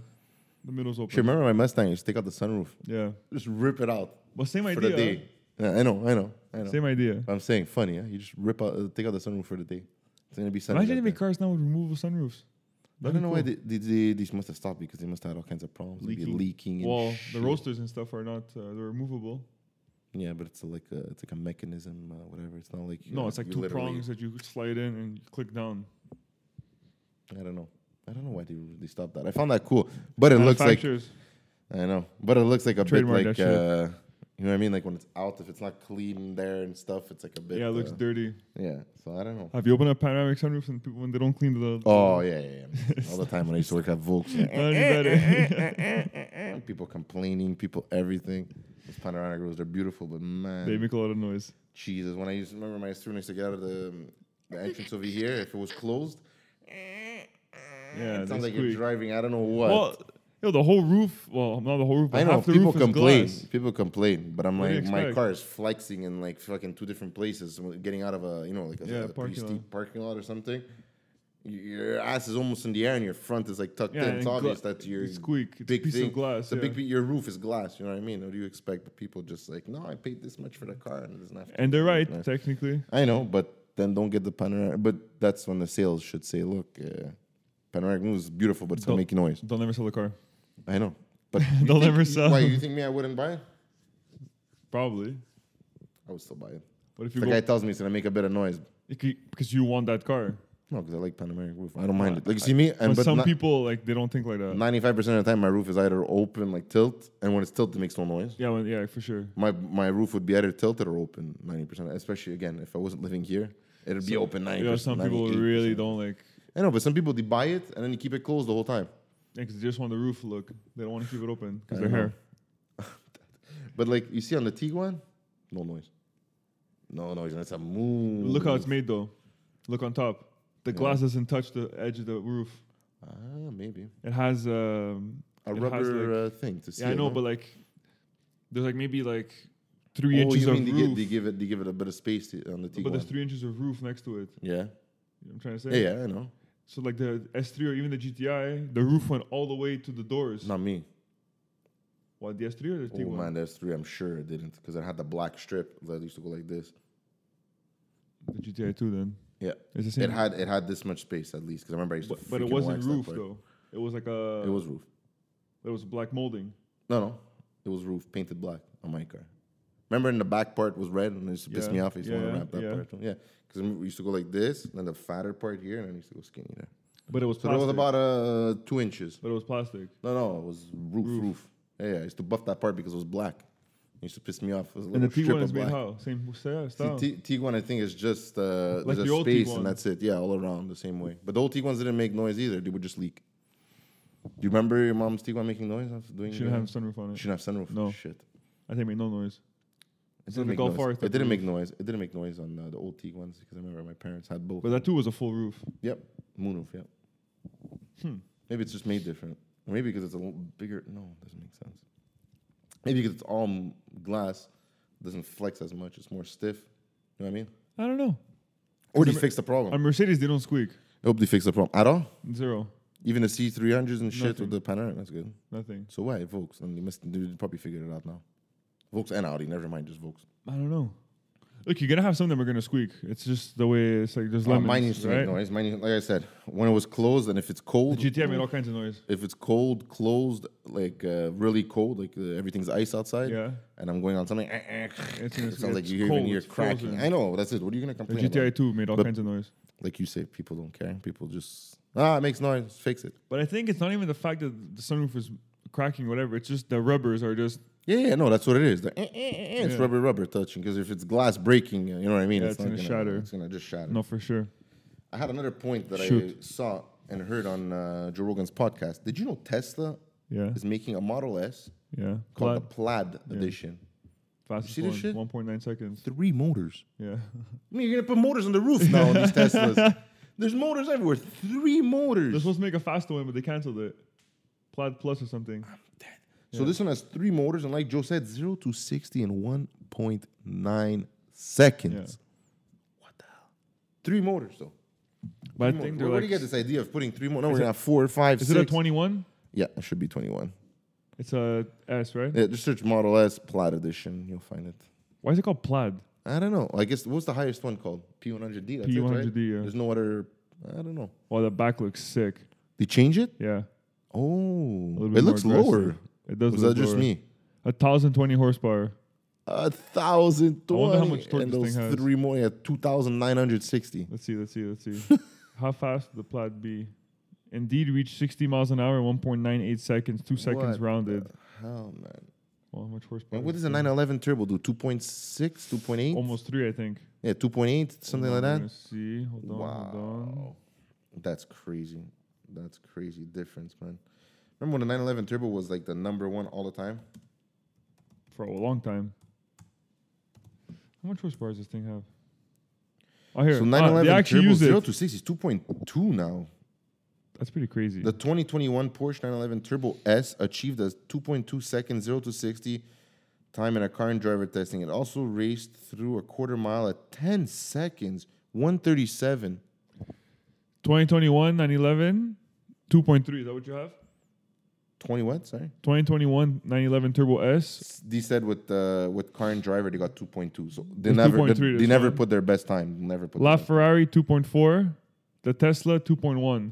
the middle's open.
Shit, remember my Mustang? Just take out the sunroof.
Yeah,
Just rip it out
well, same
for
idea.
the day. Yeah, I know, I know, I know.
Same idea.
I'm saying funny. Huh? You just rip out, uh, take out the sunroof for the day. It's gonna be sunny.
Imagine if
out
we
there.
cars now with removable sunroofs. That'd
I don't
be
know why
cool.
they, they, they, these must have stopped because they must have had all kinds of problems, leaking,
Leaking.
leaking and
Well, the
shit.
roasters and stuff are not uh, they're removable.
Yeah, but it's a, like a, it's like a mechanism, uh, whatever. It's not like
No,
uh,
it's like
you
two
literally-
prongs that you slide in and you click down.
I don't know. I don't know why they really stopped that. I found that cool, but it looks like
Manufacturers.
I know, but it looks like a
Trademark
bit like
that shit.
uh, you know what I mean. Like when it's out, if it's not clean there and stuff, it's like a bit.
yeah, it looks
uh,
dirty.
yeah. So I don't
<laughs>
know.
Have you opened up panoramic sunroofs and people when they don't clean the?
Oh yeah, yeah, yeah. all the time when I used to work at
<laughs>
Volkswagen.
Not any better.
people complaining, people everything. Those panoramic roofs, they're beautiful, but
<laughs>
man,
they make a lot of noise.
Jesus. When I used to remember my student used to get out of the,
<laughs>
the entrance over here, if it was closed,
Yeah,
it
they
sounds like
squeak.
you're driving. I don't know what.
Well, yo, the whole roof. Well, not the whole roof. But
I know
half the
people
roof is
complain.
glass.
People complain, but I'm
What do you
like, my
expect?
car is flexing in like fucking two different places. when Getting out of a you know like a,
Yeah,
a pretty
parking lot.
steep parking lot or something. Your ass is almost in the air, and your front is like tucked
Yeah,
in.
and
It's
gla-
obvious that your
it's squeak. It's a
big
piece of
thing,
glass,
The big
yeah.
pe- your roof is glass. You know what I mean? What do you expect? But people just like, no, I paid this much for the car, and it doesn't have to.
And they're right,
Yeah.
technically.
I know, but then don't get the panoramic. But that's when the sales should say, look, uh, panoramic moon is beautiful, but it's gonna
Don't-
make you noise.
They'll never sell the car.
I know, but you
<laughs> They'll
think-
never sell.
Why you think me? I wouldn't buy it.
Probably.
I would still buy it.
But if
If
you
the
go,
guy tells me he's gonna make a bit of noise,
it could- because you want that car.
no, because I like Panameric roof. I don't mind it. Like you see me, and
But,
but
some
not-
people like they don't think like that.
95% of the time, my roof is either open, like tilt, and when it's tilt, it makes no noise.
yeah, well, yeah, for sure.
My my roof would be either tilted or open 90%. Especially again, if I wasn't living here, it'd be open 90%.
You know, some people
98%.
really don't like
I know, but some people they buy it and then they keep it closed the whole time.
because they just want the roof look. They don't want to keep it open because
I
their
know.
hair.
But like you see on the Tiguan, no noise, no noise, and it's a moon.
Look how it's made though. Look on top. The
Yeah.
glass doesn't touch the edge of the roof.
ah maybe
It has um,
a
It has,
rubber uh, thing to see.
yeah, I
it,
know,
no?
but like there's like maybe like three
oh,
inches
you
of
mean they,
roof,
Give, they give it they give it a bit of space to- on the Tiguan.
but there's three inches of roof next to it.
Yeah.
You know what I'm trying to say.
yeah, yeah, I know.
So like the S3 or even the GTI, the roof went all the way to the doors.
Not me.
What the S3 or the
Oh
T1?
man, there's three. I'm sure it didn't because it had the black strip that used to go like this.
The GTI 2 then.
Yeah,
It's the same.
it had it had this much space at least because I remember I used to.
but, but it
freaking
wasn't
wax that
roof
part.
though. It was like a.
It was roof.
It was black molding.
No, no, it was roof painted black on my car. Remember, in the back part was red, and it used to piss
Yeah,
me off. I used to want
yeah,
to wrap that
yeah.
part. Yeah, because we used to go like this, and then the fatter part here, and then it used to go skinny there.
But it was
So
plastic.
that was about uh two inches.
but it was plastic.
No, no, it was roof, roof. Yeah, yeah, I used to buff that part because it was black. used to piss me off. It was a
And the
little strip
Tiguan
of
is made
black.
how? Same style.
See,
style.
T- Tiguan, I think, is just uh,
Oh. Like
there's
the
a
old
space
Tiguan.
and that's it. Yeah, all around the same way. But the old Tiguan's didn't make noise either. They would just leak. Do you remember your mom's Tiguan making noise? after doing
Shouldn't
the-
have sunroof on it.
Shouldn't have sunroof.
No.
Shit.
I think it made no noise.
It
like
didn't,
a
make
golf
noise.
cart
it
type of
didn't make noise. It didn't make noise on uh, the old Tiguan's because I remember my parents had both.
But that too was a full roof.
Yep, moonroof. Yep.
Hmm.
Maybe it's just made different. Or Maybe because it's a little bigger. No, it doesn't make sense. Maybe because it's all m- glass, doesn't flex as much. It's more stiff. You know what I mean?
I don't know.
Or they fix the problem.
On Mercedes, they don't squeak.
I hope they fix the problem at all.
Zero.
Even the C three hundreds and shit
Nothing.
with the panoramic. That's good.
Nothing.
So why Volks? And they must they probably figured it out now. Volks and Audi. Never mind, just Volks.
I don't know. Look, you're gonna have some that are gonna squeak. It's just the way it's like there's
Uh,
lemons,
mine used to
right?
make noise. Mine, like I said, when it was closed and if it's
The
cold,
GTI made all kinds of noise.
if it's cold, closed, like uh, really cold, like uh, everything's ice outside,
Yeah.
and I'm going on something, eh,
It's,
it
it's,
sounds like
it's
you hear
cold,
even you're
it's
cracking.
frozen.
I know that's it. What are you gonna
The
complain about?
GTI two made all
But-
kinds of noise.
Like you say, people don't care. People just ah, it makes noise. Fix it.
But I think it's not even the fact that the sunroof is cracking, whatever. It's just the rubbers are just
Yeah, yeah, no, that's what it is. The, eh, eh, eh, eh, it's
Yeah.
rubber, rubber touching. Because if it's glass breaking, you know what I mean.
Yeah, it's gonna shatter.
It's gonna just shatter.
no for sure.
I had another point that I
Shoot.
saw and heard on uh, Joe Rogan's podcast. Did you know Tesla
Yeah,
is making a Model S
yeah.
called
Plaid,
the Plaid edition?
fastest
see this
one,
shit?
1.9 <laughs> seconds.
Three motors.
Yeah,
I mean, you're gonna put motors on the roof
<laughs>
now on these Teslas. There's motors everywhere. Three
they're
motors.
supposed to make a faster one, but they canceled it. Plaid Plus or something.
So this one has three motors, and like Joe said, zero to sixty in one point nine seconds. What the hell? Three motors though.
But I
Three
think
motors.
they're
Where, where do
like,
you get this idea of putting three more? No, we're
it-
gonna have four, five,
is
six.
it a 21?
Yeah, it should be twenty-one.
It's a S, right?
Yeah, just search Model S Plaid Edition. You'll find it.
Why is it called Plaid?
I don't know. I guess what's the highest one called? P100D. That's It, right?
P100D, yeah.
There's no other. I don't know.
Wow, the back looks sick.
They change it.
Yeah, a
Oh,
little bit
it looks
more aggressive.
lower.
It does.
Was
look
that just
lower.
me?
A thousand twenty horsepower.
A thousand
I
twenty.
wonder how much torque
and
this
those
thing has.
three more. Yeah, two thousand nine hundred sixty.
Let's see. Let's see. Let's see. How fast the Plaid B? Indeed, reached 60 miles an hour in 1.98 seconds, two seconds
What
rounded.
Hell man.
Well, how much horsepower?
And what
is
does a
it?
911 turbo do? 2.6, 2.8?
Almost three, I think.
Yeah, 2.8, something like
Hold on,
that.
we're gonna See, hold on, hold on.
Wow. That's crazy. That's crazy difference, man. Remember when the 911 turbo was like the number one all the time?
For a long time. How much horsepower does this thing have? Oh, here.
So
ah,
911
they actually
turbo
use
0
it.
to 6 is 2.2 now.
That's pretty crazy.
The 2021 Porsche 911 Turbo S achieved a 2.2 second 0 to 60 time in a car and driver testing. It also raced through a quarter mile at 10 seconds, 137.
2021 911 2.3. Is that what you have?
20 what? Sorry.
2021 911 Turbo S.
S- They said with uh, with car and driver they got 2.2. So they
It's
never they,
2.3
they
this
never
time.
put their best time. They Never put. their best-
LaFerrari 2.4. The Tesla 2.1.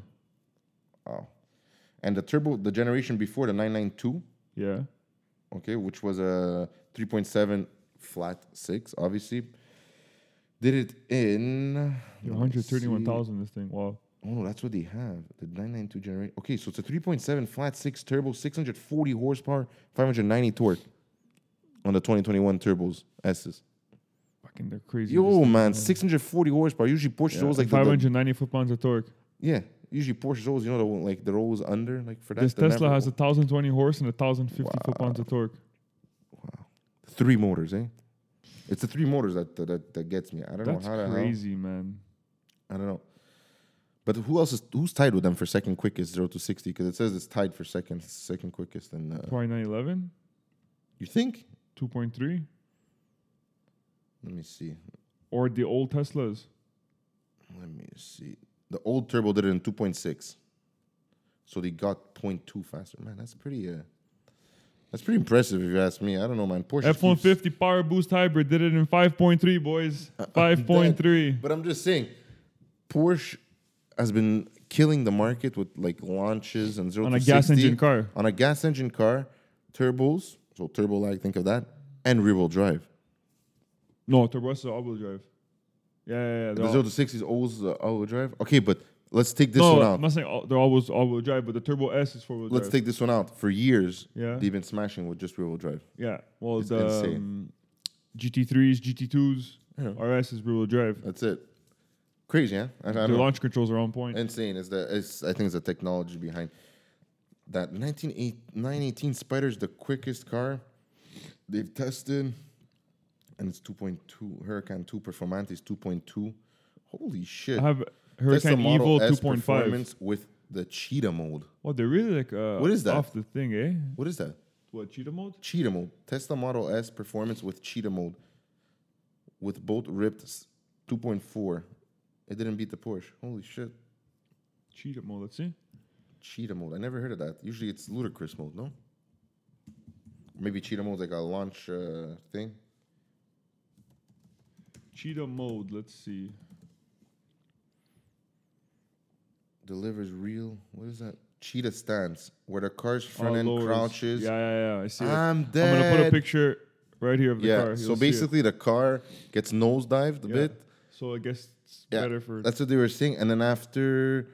Oh. And the turbo, the generation before the 992,
Yeah.
okay, which was a 3.7 flat six, obviously, did it in let me see.
131,000 this thing. Wow.
Oh no, that's what they have. The 992 generation. Okay, so it's a 3.7 flat six turbo, 640 horsepower, 590 torque on the 2021 turbos S's.
Fucking they're crazy. this
Yo
thing,
man, 640 horsepower. Usually Porsche
Yeah.
always like the, the-
590 foot pounds of torque.
yeah. Usually Porsche always you know the one, like they're always under like for that.
This
they're
Tesla
never-
has 1,020 horse and 1,050 foot pounds of torque.
three motors, eh? It's the three motors that that, that gets me. I don't
That's
know how the hell.
crazy, man.
I don't know. But who else is who's tied with them for second quickest zero to sixty? Because it says it's tied for second second quickest. And uh,
Probably 911,
you think?
2.3,
Let me see.
or the old Teslas.
Let me see. The old turbo did it in two point six, so they got 0.2 faster. Man, that's pretty. Uh, that's pretty impressive if you ask me. I don't know, man. Porsche
F
keeps-
150 Power Boost Hybrid did it in 5.3, boys.
Uh,
5.3.
But I'm just saying, Porsche has been killing the market with like launches and zero
On
to
a gas
60,
engine car.
on a gas engine car, turbos, so turbo lag, think of that, and rear wheel drive.
No, Turbo S is all wheel drive. Yeah, yeah, yeah. they're
The
all-
zero to sixty is always uh, all wheel drive. Okay, but Let's take this
no,
one
I'm
out.
not saying all, they're always all-wheel drive, but the Turbo S is four-wheel
Let's
drive.
take this one out. For years,
Yeah.
they've been smashing with just rear wheel drive.
yeah, well,
It's
the
insane.
um, GT3s, GT2s, RS is rear-wheel drive.
That's it. Crazy, huh? I, I
Their
don't know.
launch controls are on point.
Insane is the it's, I think it's the technology behind that 19, 918 Spider is the quickest car they've tested, and it's 2.2 Hurricane 2 Performante is 2.2. Holy shit!
I have
That's the
Hurricane
Model
Evil
S
2.5.
performance with the cheetah mode.
Well, they're really like uh,
What is that?
off the thing, eh?
What is that?
What cheetah mode?
Cheetah mode. Tesla Model S performance with cheetah mode, with both ripped s- 2.4. It didn't beat the Porsche. Holy shit!
Cheetah mode. Let's see.
Cheetah mode. I never heard of that. Usually it's ludicrous mode, no? Maybe cheetah mode's like a launch uh, thing.
Cheetah mode. Let's see.
Delivers real. What is that? Cheetah stance, where the car's
Oh,
front end
lowers.
crouches.
Yeah, yeah, yeah. I see. it.
I'm
I'm gonna put a
dead.
picture right here of the
Yeah,
car.
so
You'll see it.
basically the car gets nosedived a
Yeah.
bit.
So I guess it's
Yeah,
better for.
That's what they were saying. And then after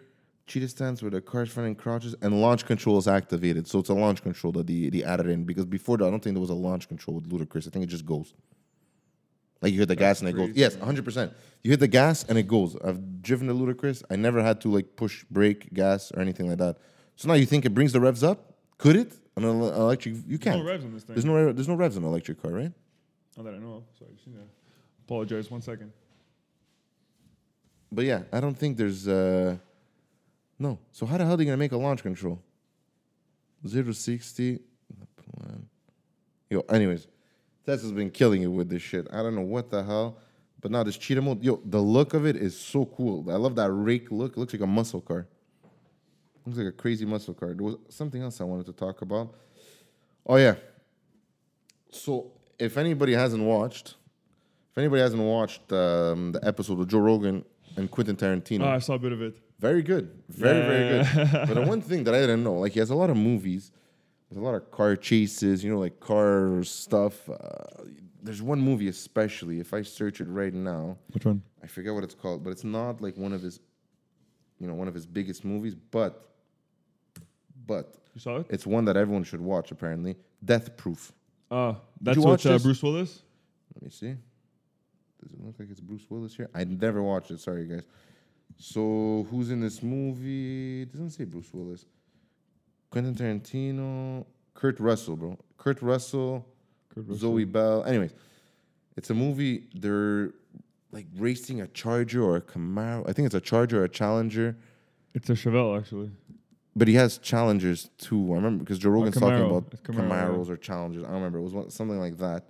cheetah stance, where the car's front end crouches and launch control is activated. So it's a launch control that they, they added in because before that, I don't think there was a launch control with Ludacris. I think it just goes. Like you hit the gas and it goes.
crazy,
Yes, 100%. You hit the gas and it goes. I've driven the Ludacris. I never had to like push brake, gas, or anything like that. So now you think it brings the revs up? Could it? On an el- electric, you
no
can't.
revs on this thing.
There's no rev- there's no revs on an electric car, right?
Not that I know of. Sorry, I've seen that. Apologize. One second.
But yeah, I don't think there's uh no. So how the hell are they gonna make a launch control? Zero to sixty. plan. Yo, anyways, Tesla's been killing it with this shit. I don't know what the hell. But now this cheetah mode, yo, the look of it is so cool. I love that rake look. It looks like a muscle car. Looks like a crazy muscle car. There was something else I wanted to talk about. Oh yeah. So if anybody hasn't watched, if anybody hasn't watched um, the episode with Joe Rogan and Quentin Tarantino,
Oh, I saw a bit of it.
very good. Very, very
Yeah.
good. But the one thing that I didn't know, like he has a lot of movies. There's a lot of car chases, you know, like car stuff. Uh, there's one movie especially, if I search it right now,
Which one?
I forget what it's called, but it's not like one of his, you know, one of his biggest movies, but, but
You saw it?
it's one that everyone should watch apparently. Death Proof.
Uh, that's
you
what
watch
uh,
this?
Bruce Willis.
Let me see. Does it look like it's Bruce Willis here? I never watched it. Sorry, guys. So who's in this movie? It doesn't say Bruce Willis. Quentin Tarantino, Kurt Russell, bro. Kurt Russell,
Kurt Russell.
Zoe Bell. Anyways, it's a movie. They're like racing a Charger or a Camaro. I think it's a Charger or a Challenger.
It's a Chevelle, actually.
But he has Challengers too. I remember because Joe Rogan's talking
Camaro.
about
It's Camaro, yeah.
Camaros or Challengers. I don't remember. It was one, something like that.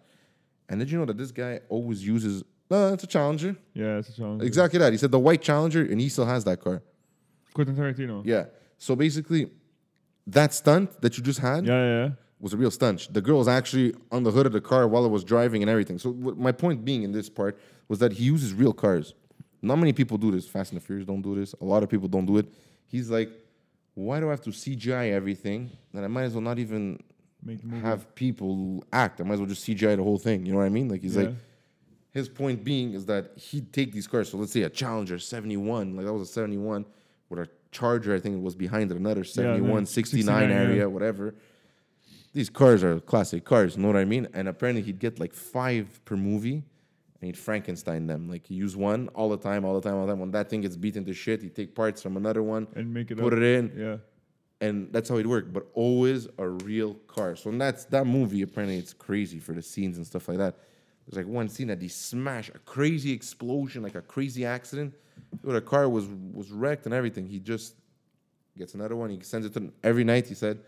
And did you know that this guy always uses? No, it's a Challenger.
Yeah, it's a challenge.
Exactly that. He said the white Challenger, and he still has that car.
Quentin Tarantino.
Yeah. So basically, that stunt that you just had
Yeah, yeah, yeah.
was a real stunt. The girl was actually on the hood of the car while it was driving and everything. So what my point being in this part was that he uses real cars. Not many people do this. Fast and the Furious don't do this. A lot of people don't do it. He's like, why do I have to CGI everything? And I might as well not even
Make the movie.
have people act. I might as well just CGI the whole thing. You know what I mean? Like he's
yeah.
like, his point being is that he'd take these cars. So let's say a Challenger 71, like that was a 71, with a Charger, I think it was behind it, another 71,
the
69,
69, yeah.
area, whatever. These cars are classic cars, you know what I mean? And apparently he'd get like five per movie and he'd Frankenstein them. Like he use one all the time, all the time, all the time. When that thing gets beaten to shit, he'd take parts from another one,
and make it
put
up.
it in,
Yeah.
and that's how it worked. But always a real car. So and that's that movie. Apparently, it's crazy for the scenes and stuff like that. There's like one scene that they smash a crazy explosion, like a crazy accident. Where the car was was wrecked and everything. He just gets another one. He sends it to every night. He said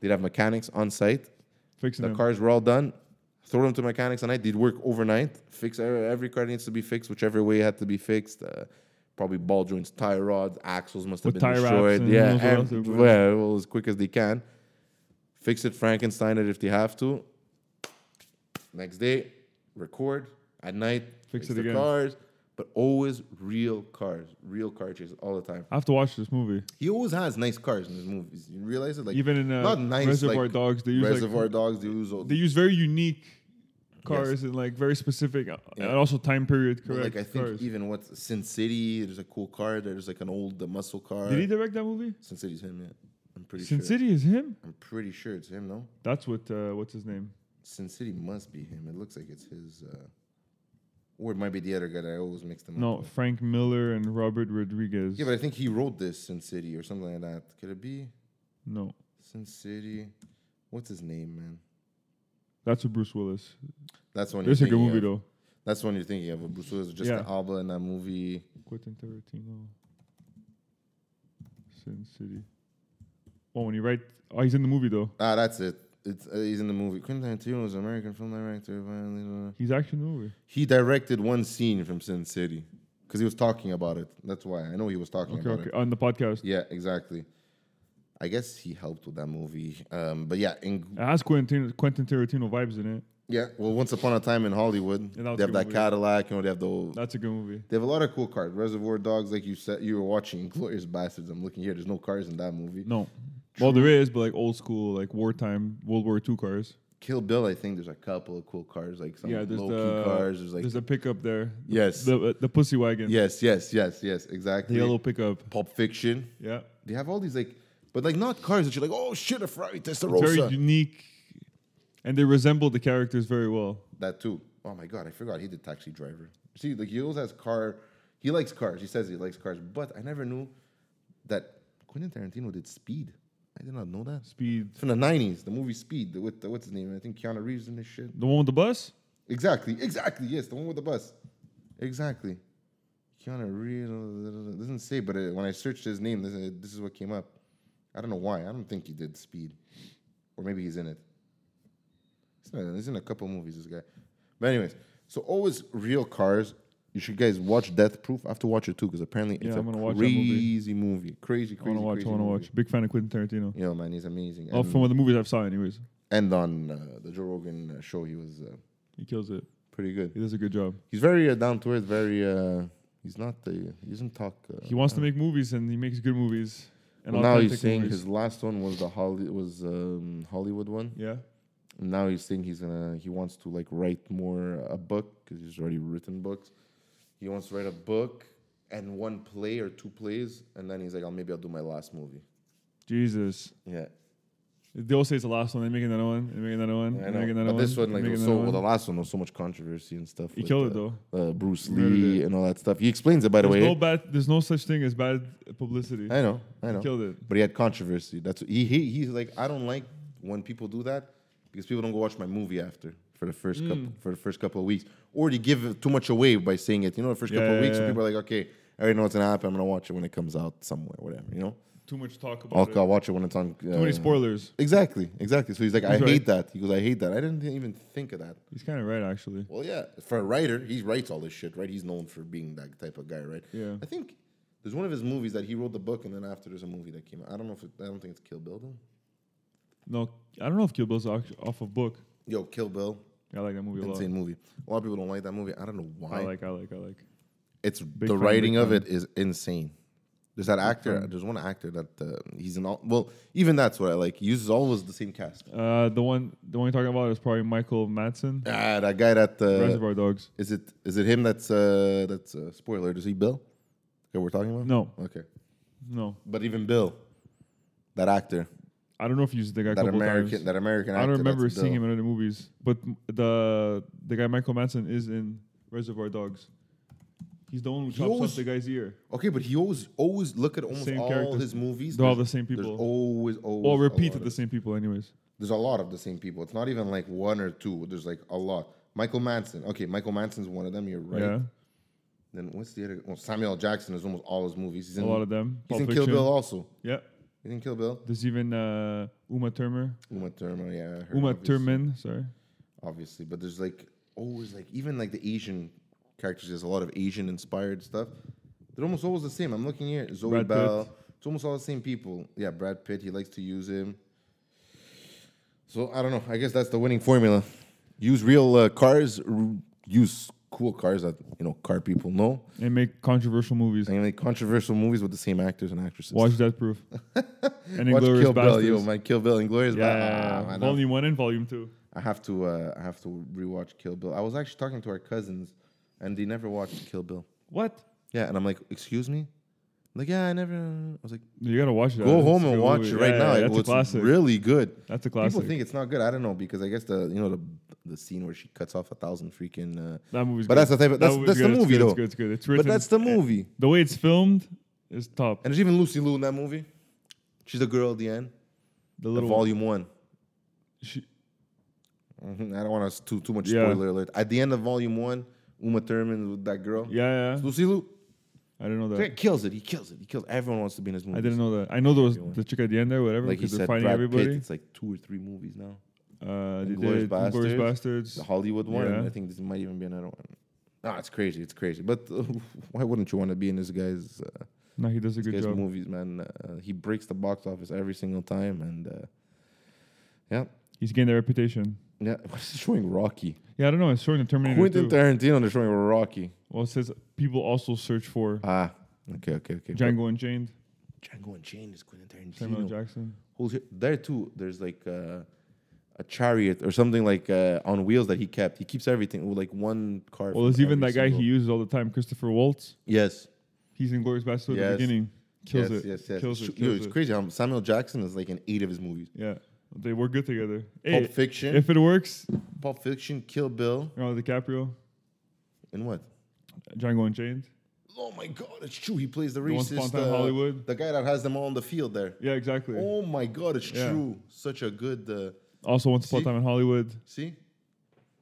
they'd have mechanics on site.
Fixing
The
them.
cars were all done. Throw them to mechanics at night. They'd work overnight. Fix every, every car needs to be fixed, whichever way it had to be fixed. Uh, probably ball joints, tie rods, axles must have
With
been
tie wraps
destroyed.
and
yeah,
those are
and-
also-
yeah, well, as quick as they can. Fix it, Frankenstein it if they have to. Next day, record at night.
Fix it again.
cars, but always real cars, real car chases all the time.
I have to watch this movie.
He always has nice cars in his movies. You realize it, like
Even in uh,
not nice,
Reservoir
like,
Dogs, they use like,
Reservoir Dogs. They use all
they use very unique cars and like very specific uh,
Yeah.
and also time period
But,
correct
like I think
cars.
even what's Sin City, there's a cool car. There's like an old uh, muscle car.
Did he direct that movie?
Sin City's him, yeah. I'm pretty
Sin
sure.
City is him.
I'm pretty sure it's him, no?
That's what. Uh, what's his name?
Sin City must be him. It looks like it's his. Uh, or it might be the other guy that I always mix them up.
No,
with.
Frank Miller and Robert Rodriguez.
Yeah, but I think he wrote this Sin City or something like that. Could it be
no,
Sin City? What's his name, man?
that's with Bruce Willis.
That's one.
It's a
you're
good
thinking
movie
of.
though.
That's one you're thinking of. Bruce Willis, just
Yeah.
the Alba in that movie.
Quentin Tarantino. Sin City. Oh, when you write, oh, he's in the movie though.
Ah, that's it. It's uh, he's in the movie. Quentin Tarantino is an American film director. violin-
He's actually in the movie.
He directed one scene from Sin City because he was talking about it. That's why I know he was talking
Okay,
about
okay,
it.
on the podcast.
Yeah, exactly. I guess he helped with that movie. Um, but yeah, in,
It has Quentin Quentin Tarantino vibes in it.
yeah. Well, once upon a time in Hollywood,
Yeah,
they
that was
have
a good
that
movie.
Cadillac. You know, they have the
That's a good movie.
they have a lot of cool cars. Reservoir Dogs, like you said, you were watching <laughs> Glorious Bastards. I'm looking here. There's no cars in that movie.
No, well there is, but like old school, like wartime World War II cars.
Kill Bill. I think there's a couple of cool cars, like some
yeah, there's
low
the
key cars. There's like
there's a pickup there. The-
Yes.
the uh, the pussy wagon.
yes, yes, yes, yes,
the
exactly.
yellow pickup.
Pulp Fiction.
Yeah,
They have all these like, but like not cars that you're like, oh shit, a Ferrari Testarossa.
very unique, and they resemble the characters very well.
That too. Oh my god, I forgot he did Taxi Driver. See, like he always has car. He likes cars. He says he likes cars, but I never knew that Quentin Tarantino did Speed. I did not know that.
Speed,
It's from the '90s, the movie Speed with the, what's his name? I think Keanu Reeves in this shit.
the one with the bus.
Exactly, exactly. Yes, the one with the bus. Exactly. Keanu Reeves uh, doesn't say, but uh, when I searched his name, this, uh, this is what came up. I don't know why. I don't think he did Speed, or maybe he's in it. He's in, he's in a couple movies. This guy. But anyways, so always real cars. You should guys watch Death Proof. I have to watch it too because apparently
Yeah,
it's
I'm
a
gonna watch that movie.
crazy movie. Crazy,
I want
crazy.
to watch.
Crazy
I want to
movie.
watch. Big fan of Quentin Tarantino.
You know, man, he's amazing.
Oh,
And,
from the movies I've saw, anyways,
and on uh, the Joe Rogan uh, show, he was uh,
he kills it.
pretty good.
He does a good job.
He's very uh, down to earth. Very. Uh, he's not. Uh, he doesn't talk. Uh,
He wants to make movies, and he makes good movies. And
well, now he's
authentic
saying
movies.
his last one was the Holly was um, Hollywood one.
yeah.
And now he's saying he's gonna. He wants to like write more uh, a book because he's already written books. He wants to write a book and one play or two plays, and then he's like, "I'll maybe I'll do my last movie."
Jesus.
Yeah,
They all say it's the last one. They make another one. They make another one.
I
They
know.
make another
But
one.
this one, like,
they make
was so
another
well, the
one.
last one was so much controversy and stuff.
He
with,
killed it
uh,
though.
Uh, Bruce
murdered
Lee
it.
and all that stuff. He explains it by the
There's
way.
no bad. There's no such thing as bad publicity.
I know. I know.
He killed it.
But he had controversy. That's he, he he's like I don't like when people do that because people don't go watch my movie after for the first couple
Mm.
for the first couple of weeks or they give too much away by saying it. You know, the first couple
Yeah,
of weeks
yeah,
people are like, okay, I already know what's gonna happen. I'm gonna watch it when it comes out somewhere, whatever. You know,
Too much talk about
I'll,
it.
I'll watch it when it's on. Uh,
Too many spoilers.
Exactly, exactly. So he's like, I
He's right.
hate that. He goes, I hate that. I didn't even think of that.
He's kind of right, actually.
Well, yeah, for a writer, he writes all this shit, right? He's known for being that type of guy, right?
Yeah.
I think there's one of his movies that he wrote the book, and then after there's a movie that came out. I don't know if it, I don't think it's Kill Bill though.
No, I don't know if Kill Bill's act- off of book.
Yo, Kill Bill,
I like that movie a lot.
insane movie. A lot of people don't like that movie. I don't know why.
I like. I like. I like.
it's
fan,
the
big
writing of it is insane. There's that actor. There's one actor that uh, he's an all. Well, even that's what I like. He uses always the same cast.
Uh, the one. The one you're talking about is probably Michael Madsen.
Ah, that guy that uh,
Reservoir Dogs.
is it? Is it him? That's uh, that's uh, spoiler. Is he Bill? That we're talking about?
No,
Okay.
no.
But even Bill, that actor,
I don't know if you used the guy. a
that
couple
American,
times.
that American actor.
I don't remember
that's
seeing him
Bill.
in other movies, but m- the the guy Michael Madsen is in Reservoir Dogs. He's the one who
He
chops
always-
off the guy's ear.
Okay, but he always, always look at almost
Same
all
characters.
his movies.
They're all
there's-
the same
There's
people.
always, always.
Well,
a
repeat
lot
of the
of-
same people, anyways.
There's a lot of the same people. It's not even like one or two. There's like a lot. Michael Manson. Okay, Michael Manson's one of them. You're right.
Yeah,
Then what's the other? Well, Samuel Jackson is almost all his movies. He's in
a lot of them.
He's
Pulp
in Kill
Fiction.
Bill also.
Yeah,
He's in Kill Bill.
there's even uh, Uma Thurman.
Uma Thurman. Yeah. her,
Uma
obviously.
Thurman, sorry.
obviously. But there's like always like even like the Asian characters. There's a lot of Asian inspired stuff. They're almost always the same. I'm looking here. Zoe
Brad Pitt.
Bell. It's almost all the same people. Yeah, Brad Pitt. He likes to use him. So I don't know. I guess that's the winning formula. Use real uh, cars. r- use cool cars that you know car people know.
and make controversial movies.
And they make controversial movies with the same actors and actresses.
Watch Death
<laughs>
Proof. and
Watch
Inglourious
Kill Bill, yo,
Basterds.
man. Kill Bill and Ah, Glorious.
Yeah, yeah, yeah. Volume one and volume two.
I have to uh, I have to rewatch Kill Bill. I was actually talking to our cousins, and they never watched Kill Bill.
What?
Yeah, and I'm like, excuse me. Like, yeah, I never. I was like,
You gotta watch that.
go
It's
home
a
and
good
watch
movie.
it right
Yeah,
now.
yeah,
It
that's a
was
classic.
really good.
That's a classic.
People think it's not good. I don't know because I guess the you know the the scene where she cuts off a thousand freaking. Uh,
that movie's
but
good.
that's the type of- that's-
movie's
that's the
good. It's
movie,
good,
though.
It's good. It's good. It's
but
written.
that's the movie,
the way it's filmed is top.
and there's even Lucy Liu in that movie. She's the girl at the end.
The
The
little
volume one.
She,
Mhm, I don't want to too too much
Yeah.
spoiler alert. At the end of volume one, Uma Thurman with that girl.
yeah, yeah.
Lucy Liu
I didn't know
yeah,
that.
kills it. He kills it. He kills. Everyone wants to be in his movie.
I didn't know that. I know there was the chick at the end there, whatever,
Like he
because
said,
they're fighting
Brad Pitt.
everybody.
It's like two or three movies now.
Uh, they
Inglourious
did Glorious
The
Bastards.
Hollywood one. and
Yeah.
I think this might even be another one. No, it's crazy. It's crazy. But uh, <laughs> why wouldn't you want to be in this guy's uh,
No, he does a
this
good
guy's
job.
movies, man? Uh, he breaks the box office every single time, and uh, yeah,
He's gained a reputation.
yeah. <laughs> What is it showing Rocky?
Yeah, I don't know. It's showing the Terminator
Quentin
too.
Tarantino. They're showing Rocky.
well, it says people also search for
Ah, okay, okay, okay. But
Django Unchained,
Django Unchained is Quentin
Samuel
Tarantino.
Jackson.
Holy shit, There too, there's like uh, a chariot or something like uh, on wheels that he kept. He keeps everything with like one car.
Well,
from
there's even
every
that guy he
single-
uses all the time, Christopher Waltz.
Yes.
He's in Glorious Bastards at
Yes.
the beginning. Kills
yes,
it.
Yes, yes,
Kills
It's
it.
tr- yo,
Kills
it's
it.
crazy how Samuel Jackson is like in eight of his movies.
Yeah. They work good together.
Pulp
Hey,
Fiction,
if it works,
Pulp Fiction, Kill Bill,
Leonardo DiCaprio,
and what?
Django Unchained.
Oh my God, it's true. He plays the
one
racist.
Spontan
uh,
Hollywood.
The guy that has them all on the field there.
Yeah, exactly.
Oh my God, it's
Yeah.
true. Such a good. Uh,
Also, Once Upon a
See?
Time in Hollywood
see.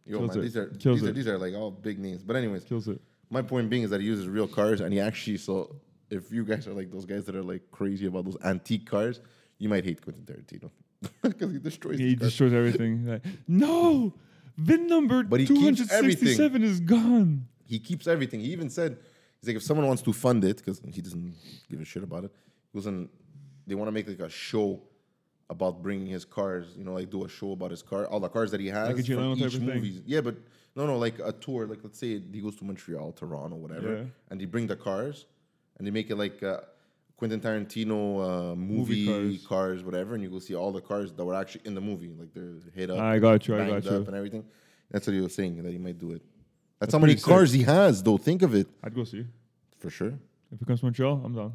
Yo,
Kills
man,
it.
these are
Kills
these are
it.
these are like all big names. But anyways,
kills it.
My point being is that he uses real cars, and he actually so if you guys are like those guys that are like crazy about those antique cars, you might hate Quentin Tarantino <laughs> because he destroys.
He
these cars.
destroys everything. Like, no, VIN number
But he keeps
267 is gone.
he keeps everything. He even said he's like if someone wants to fund it because he doesn't give a shit about it. He wasn't. They want to make like a show about bringing his cars. You know, like do a show about his car, all the cars that he has.
Like a Jay
from
Leno type
each
of thing.
movie. Yeah, but no, no, like a tour. Like let's say he goes to Montreal, Toronto, whatever,
Yeah.
and they bring the cars and they make it like. A, Quentin Tarantino uh, movie,
cars.
cars. whatever, and you go see all the cars that were actually in the movie, like they're hit up,
I got you. I
banged
got you.
up, and everything. That's what he was saying that he might do it. That's,
That's
how many
pretty sick.
cars he has, though. Think of it.
I'd go see.
For sure.
If it comes to Montreal, I'm down.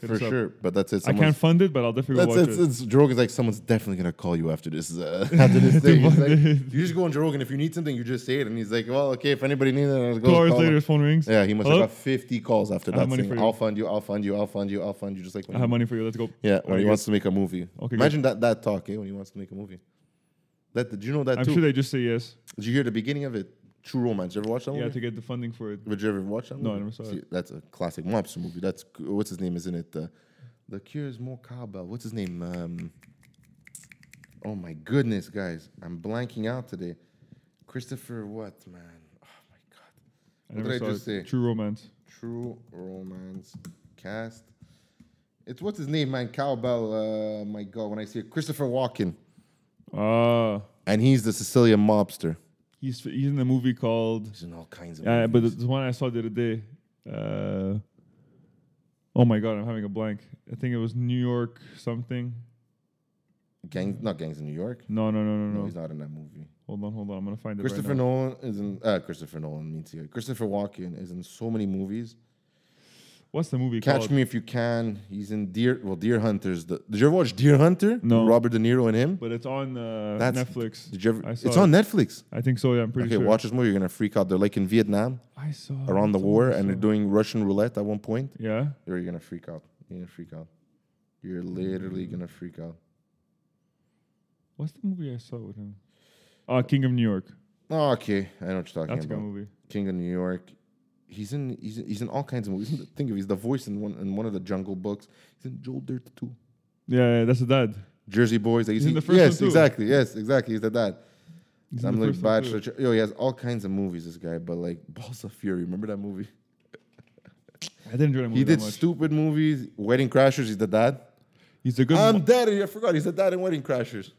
Hit
For
us up.
sure. But that's it.
I can't
Someone's-
fund it, but I'll definitely go
That's,
watch it.
that's, that's, Joe Rogan's like, someone's definitely going to call you after
<laughs>
this uh, after this <laughs> thing. He's like, you just go on Joe Rogan. If you need something, you just say it. And he's like, well, okay, if anybody needs it, I'll
Two
go
hours
call
later,
him.
his phone rings.
Yeah, he must
Hello?
have got 50 calls after
have
that
money
saying,
for you.
I'll fund you, I'll fund you, I'll fund you, I'll fund you. Just like when
I have
he-
money for you. Let's go.
Yeah, when
Alright,
he
good.
wants to make a movie.
Okay, good.
Imagine that that talk, eh, when he wants to make a movie. That Did you know that
I'm
too?
sure they just say yes.
Did you hear the beginning of it? True Romance. You ever watch that
Yeah,
movie?
to get the funding for it.
Did you ever watch that? Movie?
No, I never saw
See, That's a classic mobster movie. That's c- what's his name, isn't it? Uh, the Cure is more cowbell. What's his name? Um, oh my goodness, guys, I'm blanking out today. Christopher, what man? Oh my god,
I
What
never
did I
saw
just
it.
say?
True romance.
True Romance cast. It's what's his name, man? Cowbell. Uh, my god, when I see it, Christopher Walken,
Ah,
and he's the Sicilian mobster.
he's he's in a movie called.
He's in all kinds of.
Yeah, Uh, but the,
movies.
the one I saw the other day. Uh, oh my god, I'm having a blank. I think it was New York something.
gangs, not gangs in New York.
No, no, no, no,
No,
no.
he's not in that movie.
Hold on, hold on. I'm gonna find it. right
Christopher
now.
Nolan is in uh, Christopher Nolan means here. Christopher Walken is in so many movies.
What's the movie
Catch
called?
Me If You Can. He's in Deer. Well, Deer Hunters. The, did you ever watch Deer Hunter?
No.
Robert De Niro and him.
But it's on uh,
That's-
Netflix.
Did you ever?
I
It's
saw
on Netflix.
I think so. Yeah, I'm pretty
Okay,
sure.
watch this movie. You're gonna freak out. They're like in Vietnam
I saw
around the
it,
war,
I
and they're
saw-
doing Russian roulette at one point.
yeah.
You're gonna freak out. You're gonna freak out. You're literally
Mm.
gonna freak out.
What's the movie I saw with him? Oh, King of New York.
Oh, okay, I know what you're talking
That's a good
about.
movie.
King of New York. He's in he's in, he's in all kinds of movies. Think of he's the voice in one in one of the Jungle Books. He's in Joe Dirt too.
Yeah, yeah that's the dad.
Jersey Boys. Like,
He's in the first
yes,
one, too.
exactly. Yes, exactly. He's the dad.
He's in
I'm
the
like
first one, too.
Bachelor. Ch- Yo, he has all kinds of movies. This guy, but like Balls of Fury. Remember that movie?
I didn't enjoy that movie
He did
that much.
stupid movies. Wedding Crashers. He's the dad.
He's a good
I'm
mo-
dead. I forgot. He's the dad in Wedding Crashers.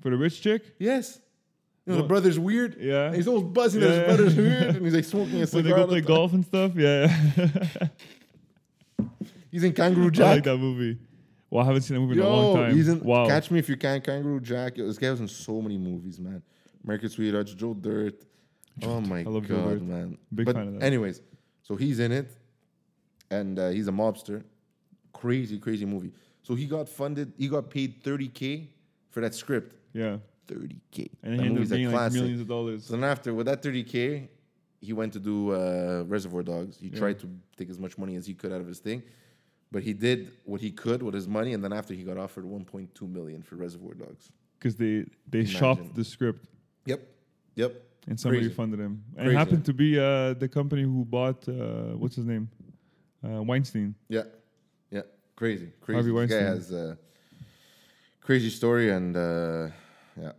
for the rich chick.
Yes. You know, the
What?
brother's weird.
Yeah.
He's always buzzing that
Yeah.
his
<laughs>
brother's weird, and he's like smoking a
When they go
cigar.
play golf and stuff, yeah. <laughs>
He's in
I <laughs>
Kangaroo
like
Jack.
that movie. Well, I haven't seen that movie in a long
Yo,
time.
he's in
wow.
Catch Me If You Can, Kangaroo Jack. Yo, this guy was in so many movies, man. American Sweethearts, Joe Dirt. Oh my
love Joe
god,
Dirt.
man!
Big
but
fan of that.
anyways, so he's in it, and uh, he's a mobster. Crazy, crazy movie. So he got funded. He got paid 30k for that script.
yeah.
30k.
And
that
he ended
movie's
up
a
being like
classic.
millions of dollars.
So then after with that 30k, he went to do uh, Reservoir Dogs. He tried to take as much money as he could out of his thing, but he did what he could with his money. And then after he got offered 1.2 million for Reservoir Dogs.
Because they, they
Imagine.
shopped the script
Yep. Yep.
and somebody
Crazy.
funded him. And
Crazy.
it happened to be uh, the company who bought, uh, what's his name? Uh, Weinstein.
Yeah. Yeah. Crazy. Crazy.
Harvey
This guy
Weinstein.
has a crazy story and uh, yeah.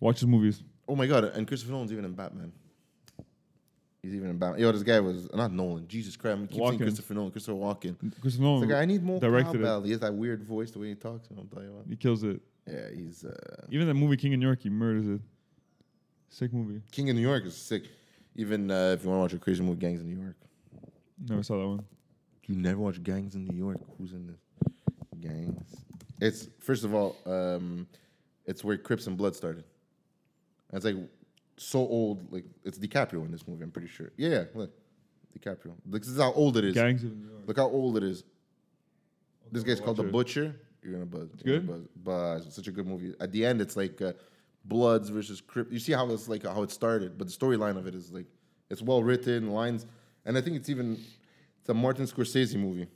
Watch his movies.
Oh my god! And Christopher Nolan's even in Batman. He's even in Batman. Yo, this guy was not Nolan. Jesus Christ! I keep saying
Walken.
Christopher Nolan. Christopher Walken.
Christopher
It's
Nolan,
like I need more
Oh, directed it.
cowbell. He has that weird voice, the way he talks. And I'm telling you what.
he kills it.
Yeah, he's uh,
Even that movie King of New York, he murders it. Sick movie.
King of New York is sick. Even uh, if you want to watch a crazy movie, Gangs in New York.
Never saw that one.
You never watch Gangs in New York. Who's in this? Gangs. It's first of all, um, it's where Crips and Blood started. And it's like so old. Like it's DiCaprio in this movie. I'm pretty sure. Yeah, yeah look, DiCaprio. Look, This is how old it is.
Gangs of New York.
Look how old it is. This guy's called The
watch it.
Butcher. You're gonna buzz. It's
good?
Buzz. buzz. It's such a good movie. At the end, it's like uh, Bloods versus Crip. You see how it's like how it started, but the storyline of it is like it's well written lines, and I think it's even it's a Martin Scorsese movie.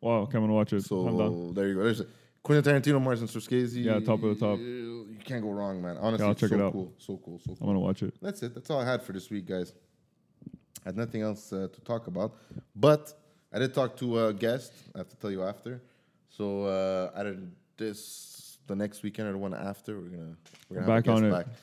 Wow, come and watch it. I'm down.
So there you go. There's a Quentin Tarantino, Martin Scorsese.
Yeah, top of the top.
You can't go wrong, man. Honestly,
Yeah, I'll
it's
check
so
it out.
cool. So cool. So
I'm
cool.
gonna watch it.
That's it. That's all I had for this week, guys. I had nothing else uh, to talk about, but I did talk to a guest. I have to tell you after. So uh, I did this the next weekend or the one after. We're gonna we're gonna
Back
have a
on it.
guest back.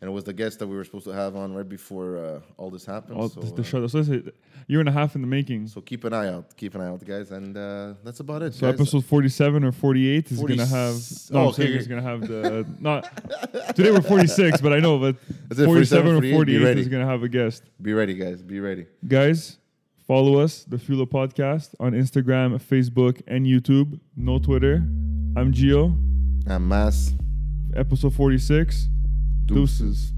And it was the guest that we were supposed to have on right before uh, all this happened.
All
so,
the, the
uh,
show. So this is a year and a half in the making.
so keep an eye out. Keep an eye out, guys. And uh, that's about it.
So
guys.
episode 47 or 48 is
40
gonna have. No,
oh,
I'm
okay,
saying
okay.
it's gonna have the not. Today we're 46, but I know,
<laughs>
but 47 or
48, be
48
ready.
is gonna have a guest.
Be ready, guys. Be ready.
Guys, follow us, the Fula Podcast, on Instagram, Facebook, and YouTube. No Twitter. I'm Gio.
And mass
Episode 46.
deuces.